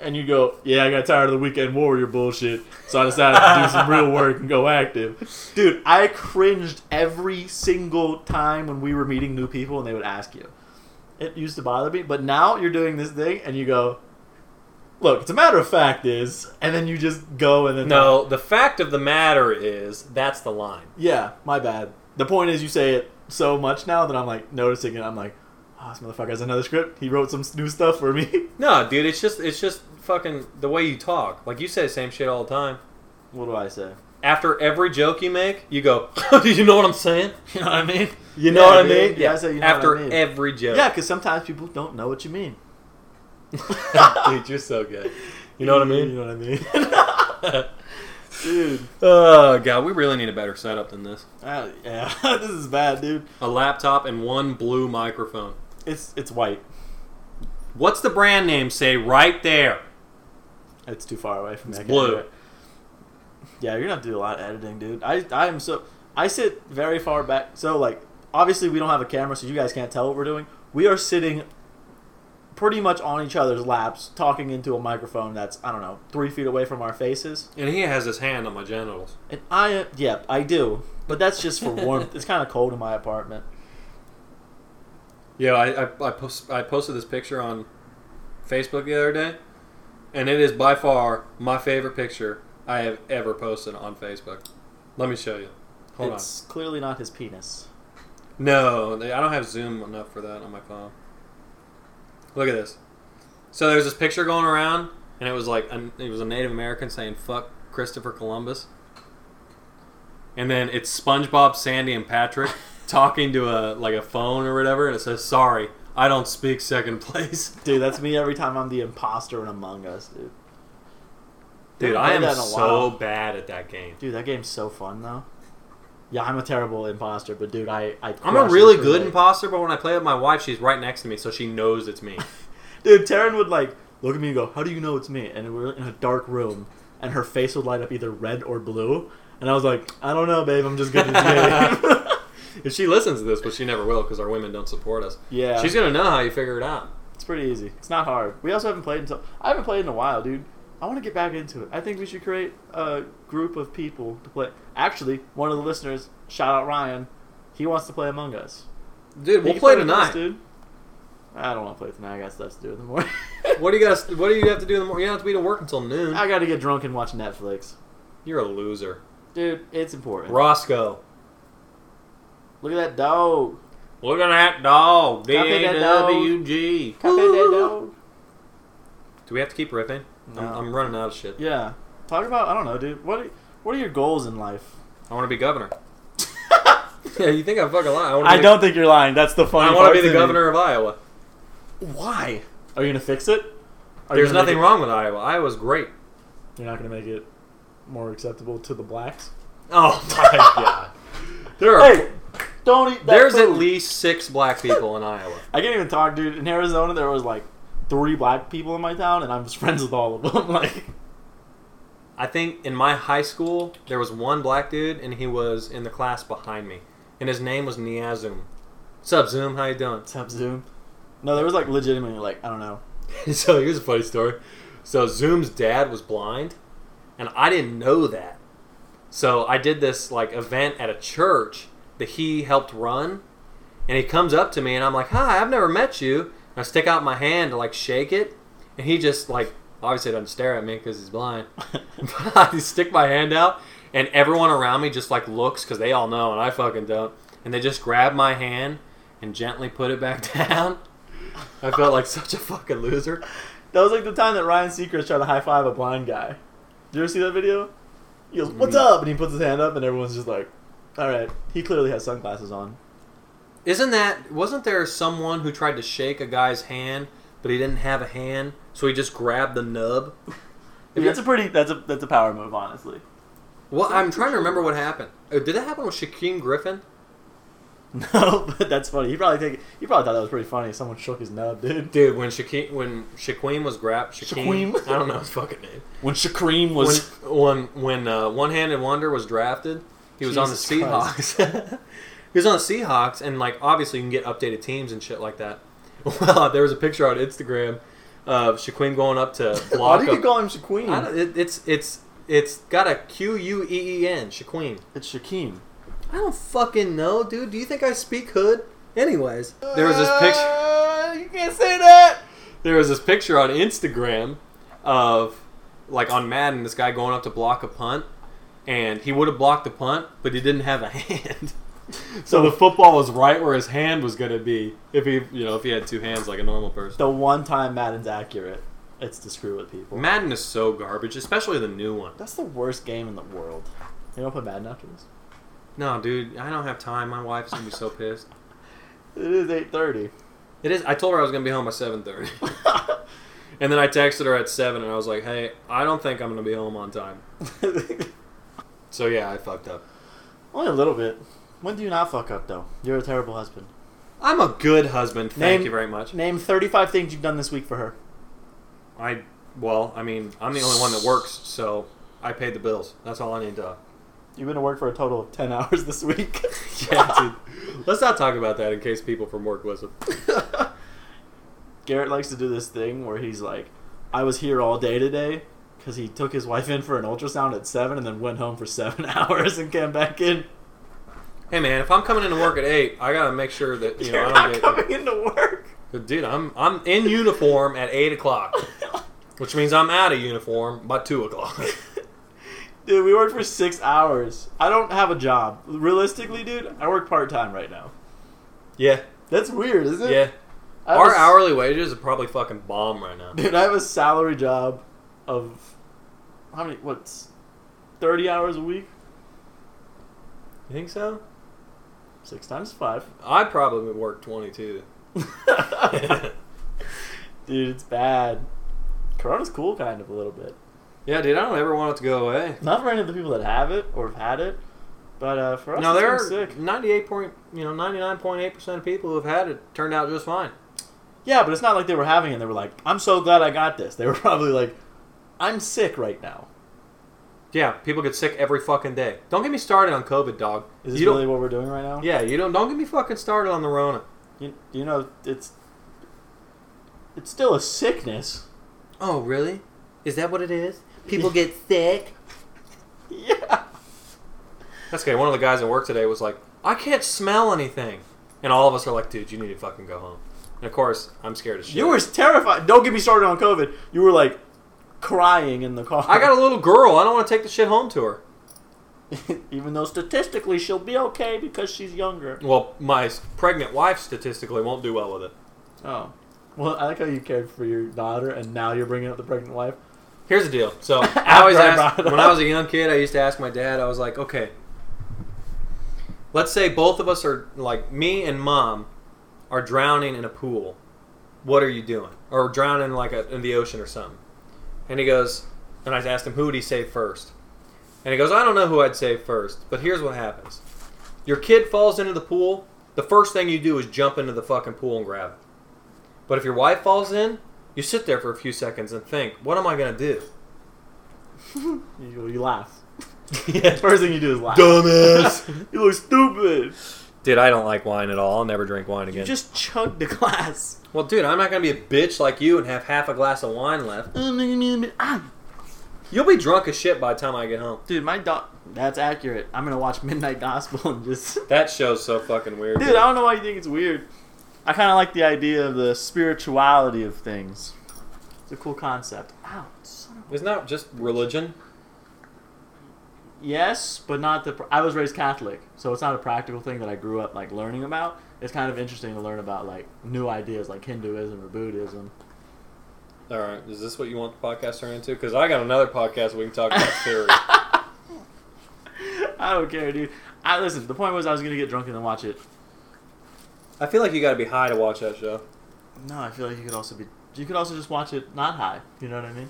B: and you go, "Yeah, I got tired of the weekend warrior bullshit, so I decided to do some real work and go active." Dude, I cringed every single time when we were meeting new people and they would ask you. It used to bother me, but now you're doing this thing and you go, "Look, it's a matter of fact is," and then you just go and
A: [laughs]
B: then
A: No, the fact of the matter is that's the line.
B: yeah, my bad. The point is, you say it so much now that I'm like noticing it. I'm like, oh, this motherfucker has another script. He wrote some new stuff for me. [laughs]
A: No, dude, it's just it's just fucking the way you talk. Like you say the same shit all the time.
B: what do I say?
A: After every joke you make, you go, [laughs] "Do you know what I'm saying?"
B: [laughs] You know what I mean?
A: You know what I mean?
B: dude. Yeah, I say, you know
A: After
B: what I mean.
A: every joke.
B: Yeah, because sometimes people don't know what you mean. [laughs]
A: [laughs] dude, you're so good. You know what I
B: You
A: mean?
B: know what I mean? [laughs] dude,
A: Oh god, we really need a better setup than this.
B: uh, yeah, [laughs] this is bad, dude.
A: A laptop and one blue microphone.
B: It's it's white.
A: What's the brand name say right there?
B: It's too far away from me.
A: It's
B: I can't do
A: blue.
B: it. Yeah, you're gonna have to do a lot of editing, dude. I I am so I sit very far back. So like obviously we don't have a camera, so you guys can't tell what we're doing. We are sitting pretty much on each other's laps, talking into a microphone that's I don't know three feet away from our faces.
A: And he has his hand on my genitals.
B: And I yeah I do, but that's just for warmth. it's kind of cold in my apartment.
A: Yeah, I, I, I, post, I posted this picture on Facebook the other day, and it is by far my favorite picture I have ever posted on Facebook. Let me show you. Hold
B: it's clearly not his penis.
A: on. No, they- I don't have Zoom enough for that on my phone. Look at this. So there's this picture going around, and it was like an, it was a Native American saying "fuck Christopher Columbus," and then it's SpongeBob, Sandy, and [laughs] Patrick talking to a like a phone or whatever, and it says "Sorry, I don't speak second place."
B: Dude, that's me every time I'm the imposter in Among Us, dude.
A: Dude,
B: Haven't
A: I
B: played
A: am
B: that in a
A: so
B: while.
A: bad at that game.
B: Dude, that game's so fun though. Yeah, I'm a terrible imposter, but dude, I I
A: I'm a
B: crush it
A: really
B: for,
A: good
B: like-
A: imposter, but when I play with my wife, she's right next to me, so she knows it's [laughs] me.
B: Dude, Taryn would like look at me and go, "How do you know it's me?" And we're in a dark room, and her face would light up either red or blue, and I was like, "I don't know, babe. I'm just good at this
A: [laughs]
B: game." [laughs]
A: if she listens to this, but she never will because our women don't support us.
B: yeah,
A: She's gonna know how you figure it out.
B: it's pretty easy. It's not hard. We also haven't played until I haven't played in a while, dude. I want to get back into it. I think we should create a group of people to play. Actually, one of the listeners, shout out Ryan, he wants to play Among Us.
A: Dude,
B: He
A: we'll
B: can
A: play
B: with us,
A: tonight.
B: dude. I don't want to play tonight. I got stuff to do in the morning.
A: [laughs] What do you guys? What do you have to do in the morning? You don't have to be to work until noon.
B: [laughs] I got to get drunk and watch Netflix.
A: You're a loser,
B: Dude, it's important.
A: Roscoe.
B: Look at that dog.
A: Look at that dog. D
B: Copy
A: A
B: that dog.
A: W G.
B: Can I pet that dog?
A: Do we have to keep ripping?
B: No.
A: I'm, I'm running out of shit.
B: Yeah. Talk about I don't know, dude. What are, what are your goals
A: [laughs]
B: in life?
A: I want to be
B: [laughs]
A: governor. yeah, you think I fucking lie? wanna
E: I
A: be-
E: don't think you're lying. That's the funny
A: I
E: part
A: want to be
E: to
A: the
E: me.
A: governor of Iowa.
B: Why? Are you gonna fix it? Are you
A: There's
B: gonna make
A: nothing
B: it-
A: wrong with Iowa. Iowa's great.
B: You're not gonna make it more acceptable to the blacks.
A: [laughs] Oh my god. There are
B: Hey, don't eat. That
A: there's at
B: food.
A: least six black people in Iowa.
B: I can't even talk, dude. In Arizona, there was like three black people in my town, and I'm just [laughs] friends with all of them. like,
A: I think in my high school there was one black dude and he was in the class behind me. And his name was Niazum. Sup Zoom, how you doing? [laughs]
B: what's up, Zoom? No, there was like legitimately like I don't know. [laughs]
A: so here's a funny story. So Zoom's dad was blind, and I didn't know that. So I did this like event at a church that he helped run, and he comes up to me and I'm like, "Hi, I've never met you." I stick out my hand to like shake it, and he just like obviously doesn't stare at me because he's blind. [laughs] but [laughs] I stick my hand out, and everyone around me just like looks because they all know, and I fucking don't. And they just grab my hand and gently put it back [laughs] down. I felt like such a fucking loser.
B: That was like the time that Ryan Seacrest tried to high five a blind guy. Did you ever see that video? He goes, "What's up?" and he puts his hand up, and everyone's just like, "All right." He clearly has sunglasses on.
A: Isn't that wasn't there someone who tried to shake a guy's hand, but he didn't have a hand, so he just grabbed the nub? If
B: That's a pretty. That's a that's a power move, honestly. [laughs]
A: Well, I'm trying to remember what happened. Uh, Did that happen with Shaquem Griffin?
B: No, but that's funny. He probably think he probably thought that was pretty funny. Someone shook his nub, dude.
A: Dude, when Shaquem when Shaquem was grabbed, Shaquem,
B: Shaquem?
A: I don't know his fucking name.
G: When Shakreem
A: When
G: was
A: when, when uh, one-handed wonder was drafted, he was
B: Jesus
A: on the Seahawks. [laughs] he was on the Seahawks, and like obviously you can get updated teams and shit like that. [laughs] Well, there was a picture on Instagram of Shaquem going up
B: [laughs]
A: to
B: Why
A: block.
B: do you
A: a-
B: keep calling him
A: I
B: Shaquem?
A: don't- it, it's it's it's got a Q U E E N Shaquem.
B: It's Shaquem.
A: I don't fucking know, dude. Do you think I speak hood? Anyways, there was this picture.
B: Uh, you can't say that.
A: there was this picture on Instagram of like on Madden, this guy going up to block a punt, and he would have blocked the punt, but he didn't have a [laughs] hand. So the football was right where his hand was gonna be if he, you know, if he had two hands like a normal person.
B: The one time Madden's accurate, it's to screw with people.
A: Madden is so garbage, especially the new one.
B: That's the worst game in the world. You don't play Madden after this.
A: No, dude, I don't have time. My wife's gonna be so pissed.
B: It is eight thirty.
A: It is. I told her I was gonna be home by seven thirty, [laughs] and then I texted her at seven, and I was like, "Hey, I don't think I'm gonna be home on time." So yeah, I fucked up.
B: [laughs] Only a little bit. When do you not fuck up though? You're a terrible husband.
A: I'm a good husband. Thank
B: Name-
A: you very much.
B: Name thirty-five things you've done this week for her.
A: I well, I mean, I'm the only one that works, so I paid the bills. That's all I need to. [laughs]
B: You've been to work for a total of ten [laughs] hours this week.
A: Yeah, dude. Let's not talk about that in case people from work
B: [laughs]
A: listen.
B: Garrett likes to do this thing where he's like, I was here all day today because he took his wife in for an ultrasound at 7 and then went home for 7 [laughs] hours and came back in.
A: Hey man, if I'm coming into work at eight, I gotta make sure that you know
B: You're
A: I
B: not
A: don't
B: coming into work.
A: get. Dude, I'm I'm in uniform at eight o'clock, which means I'm out of uniform by two
B: [laughs]
A: o'clock.
B: [laughs] Dude, we worked for 6 hours. I don't have a job. Realistically, dude, I work part time right now.
A: Yeah,
B: That's weird, isn't it?
A: yeah.
B: I have
A: Our
B: a s-
A: hourly wages are probably fucking bomb right
B: [laughs]
A: now.
B: Dude, I have a salary job of. How many? What's. 30 hours a week?
A: You think so?
B: 6 times 5.
A: I probably work twenty
B: [laughs]
A: two.
B: Dude, it's bad. Corona's cool, kind of, a little bit.
A: [laughs] Yeah, dude, I don't ever want it to go away.
B: Not for any of the people that have it or have had it, but uh, for us,
A: No, there
B: it's
A: are
B: kinda sick.
A: ninety-eight point, you know, ninety-nine point eight percent of people who have had it turned out just fine.
B: Yeah, but it's not like they were having it. and They were like, "I'm so glad I got this." They were [laughs] probably like, "I'm sick right now."
A: Yeah, people get sick every fucking day. Don't get me started on COVID, dog.
B: Is this
A: You don't-
B: really what we're doing right now?
A: Yeah, you don't. Don't get me fucking started on the Rona.
B: You, you know, it's it's still a sickness. [laughs]
A: Oh, really? Is that what it is? People get sick.
B: Yeah.
A: That's okay. One of the guys at work today was like, "I can't smell anything," and all of us are like, "Dude, you need to fucking go home." And of course, I'm scared as shit.
B: You were terrified. Don't get me started on COVID. You were like crying in the car.
A: I got a little girl. I don't want to take the shit home to her.
B: [laughs] Even though statistically she'll be okay because she's younger.
A: Well, my s- pregnant wife statistically won't do well with it.
B: Oh. Well, I like how you cared for your daughter, and now you're bringing up the pregnant wife.
A: Here's the deal.
B: [laughs]
A: So I always
B: I
A: ask,
B: brought it
A: when
B: up.
A: I was a young kid, I used to ask my dad. I was like, okay, let's say both of us are like me and mom are drowning in a pool. What are you doing? Or drowning like a, in the ocean or something. And he goes, and I asked him, who would he save first? And he goes, I don't know who I'd save first, but here's what happens: your kid falls into the pool. The first thing you do is jump into the fucking pool and grab it. But if your wife falls in, you sit there for a few seconds and think, what am I gonna
B: [laughs]
A: do?
B: You, you laugh.
A: yeah.
B: First thing you do is laugh.
A: Dumbass.
B: [laughs] You look stupid.
A: dude, I don't like wine at all. I'll never drink wine again.
B: You just chug the glass. [laughs]
A: well, dude, I'm not gonna be a bitch like you and have half a glass of wine left.
B: Dude,
A: You'll be drunk as shit by the time I get home.
B: my dog. That's accurate. I'm gonna watch Midnight Gospel and just. [laughs]
A: That show's so fucking weird.
B: Dude, I don't know why you think it's weird. I kind of like the idea of the spirituality of things. It's a cool concept. Ow, son of
A: Isn't that just religion?
B: Yes, but not the. I was raised Catholic, so it's not a practical thing that I grew up like learning about. It's kind of interesting to learn about like new ideas like Hinduism or Buddhism. [laughs]
A: All right, is this what you want the podcast to turn into? Because I got another podcast we can talk about
B: [laughs]
A: theory.
B: I don't care, dude. I listen. The point was I was gonna get drunk and then watch it.
A: I feel like you got to be high to watch that show.
B: No, I feel like you could also be. You could also just watch it not high. You know what I mean?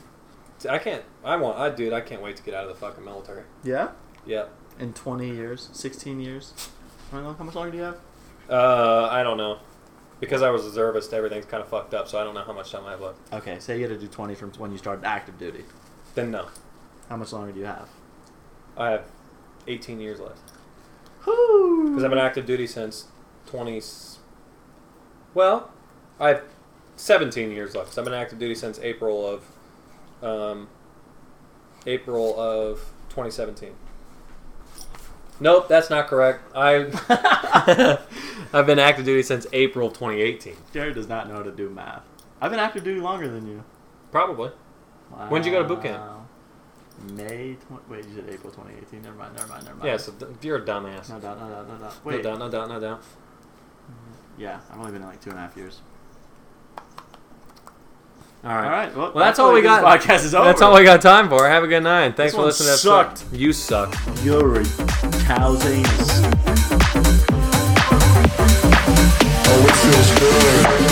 A: I can't. I want. I dude. I can't wait to get out of the fucking military.
B: Yeah.
A: Yeah.
B: In twenty years, sixteen years. I don't know, How much longer do you have?
A: Uh, I don't know. Because I was reservist, everything's kind of fucked up, so I don't know how much time I have left.
B: Okay, say you got to do twenty from when you started active duty.
A: Then no,
B: How much longer do you have?
A: I have 18 years left
B: Whoo!
A: because I've been active duty since 20. s- Well, I have 17 years left. 'cause I've been active duty since April of, um, April of 2017. Nope, that's not correct. I [laughs]
B: [laughs]
A: I've been active duty since April of 2018.
B: Jared does not know how to do math. I've been active duty longer than you.
A: Probably. When'd you go to boot camp?
B: Wow. May 20, wait, you said April 2018. Never mind, never mind, never mind.
A: Yeah, so th- you're a dumbass.
B: No doubt, no doubt, no doubt.
A: No
B: Wait,
A: doubt, no doubt, no doubt.
B: yeah, I've only been in like two and a half years.
A: All right.
B: All right, well,
A: Well, that's all we
B: this
A: got.
B: Podcast is over.
A: That's all we got time for. Have a good night. Thanks
B: This
A: for
B: one
A: listening. to
B: sucked.
A: episode- You suck.
B: You're a cow's anus.
H: Oh, it feels good.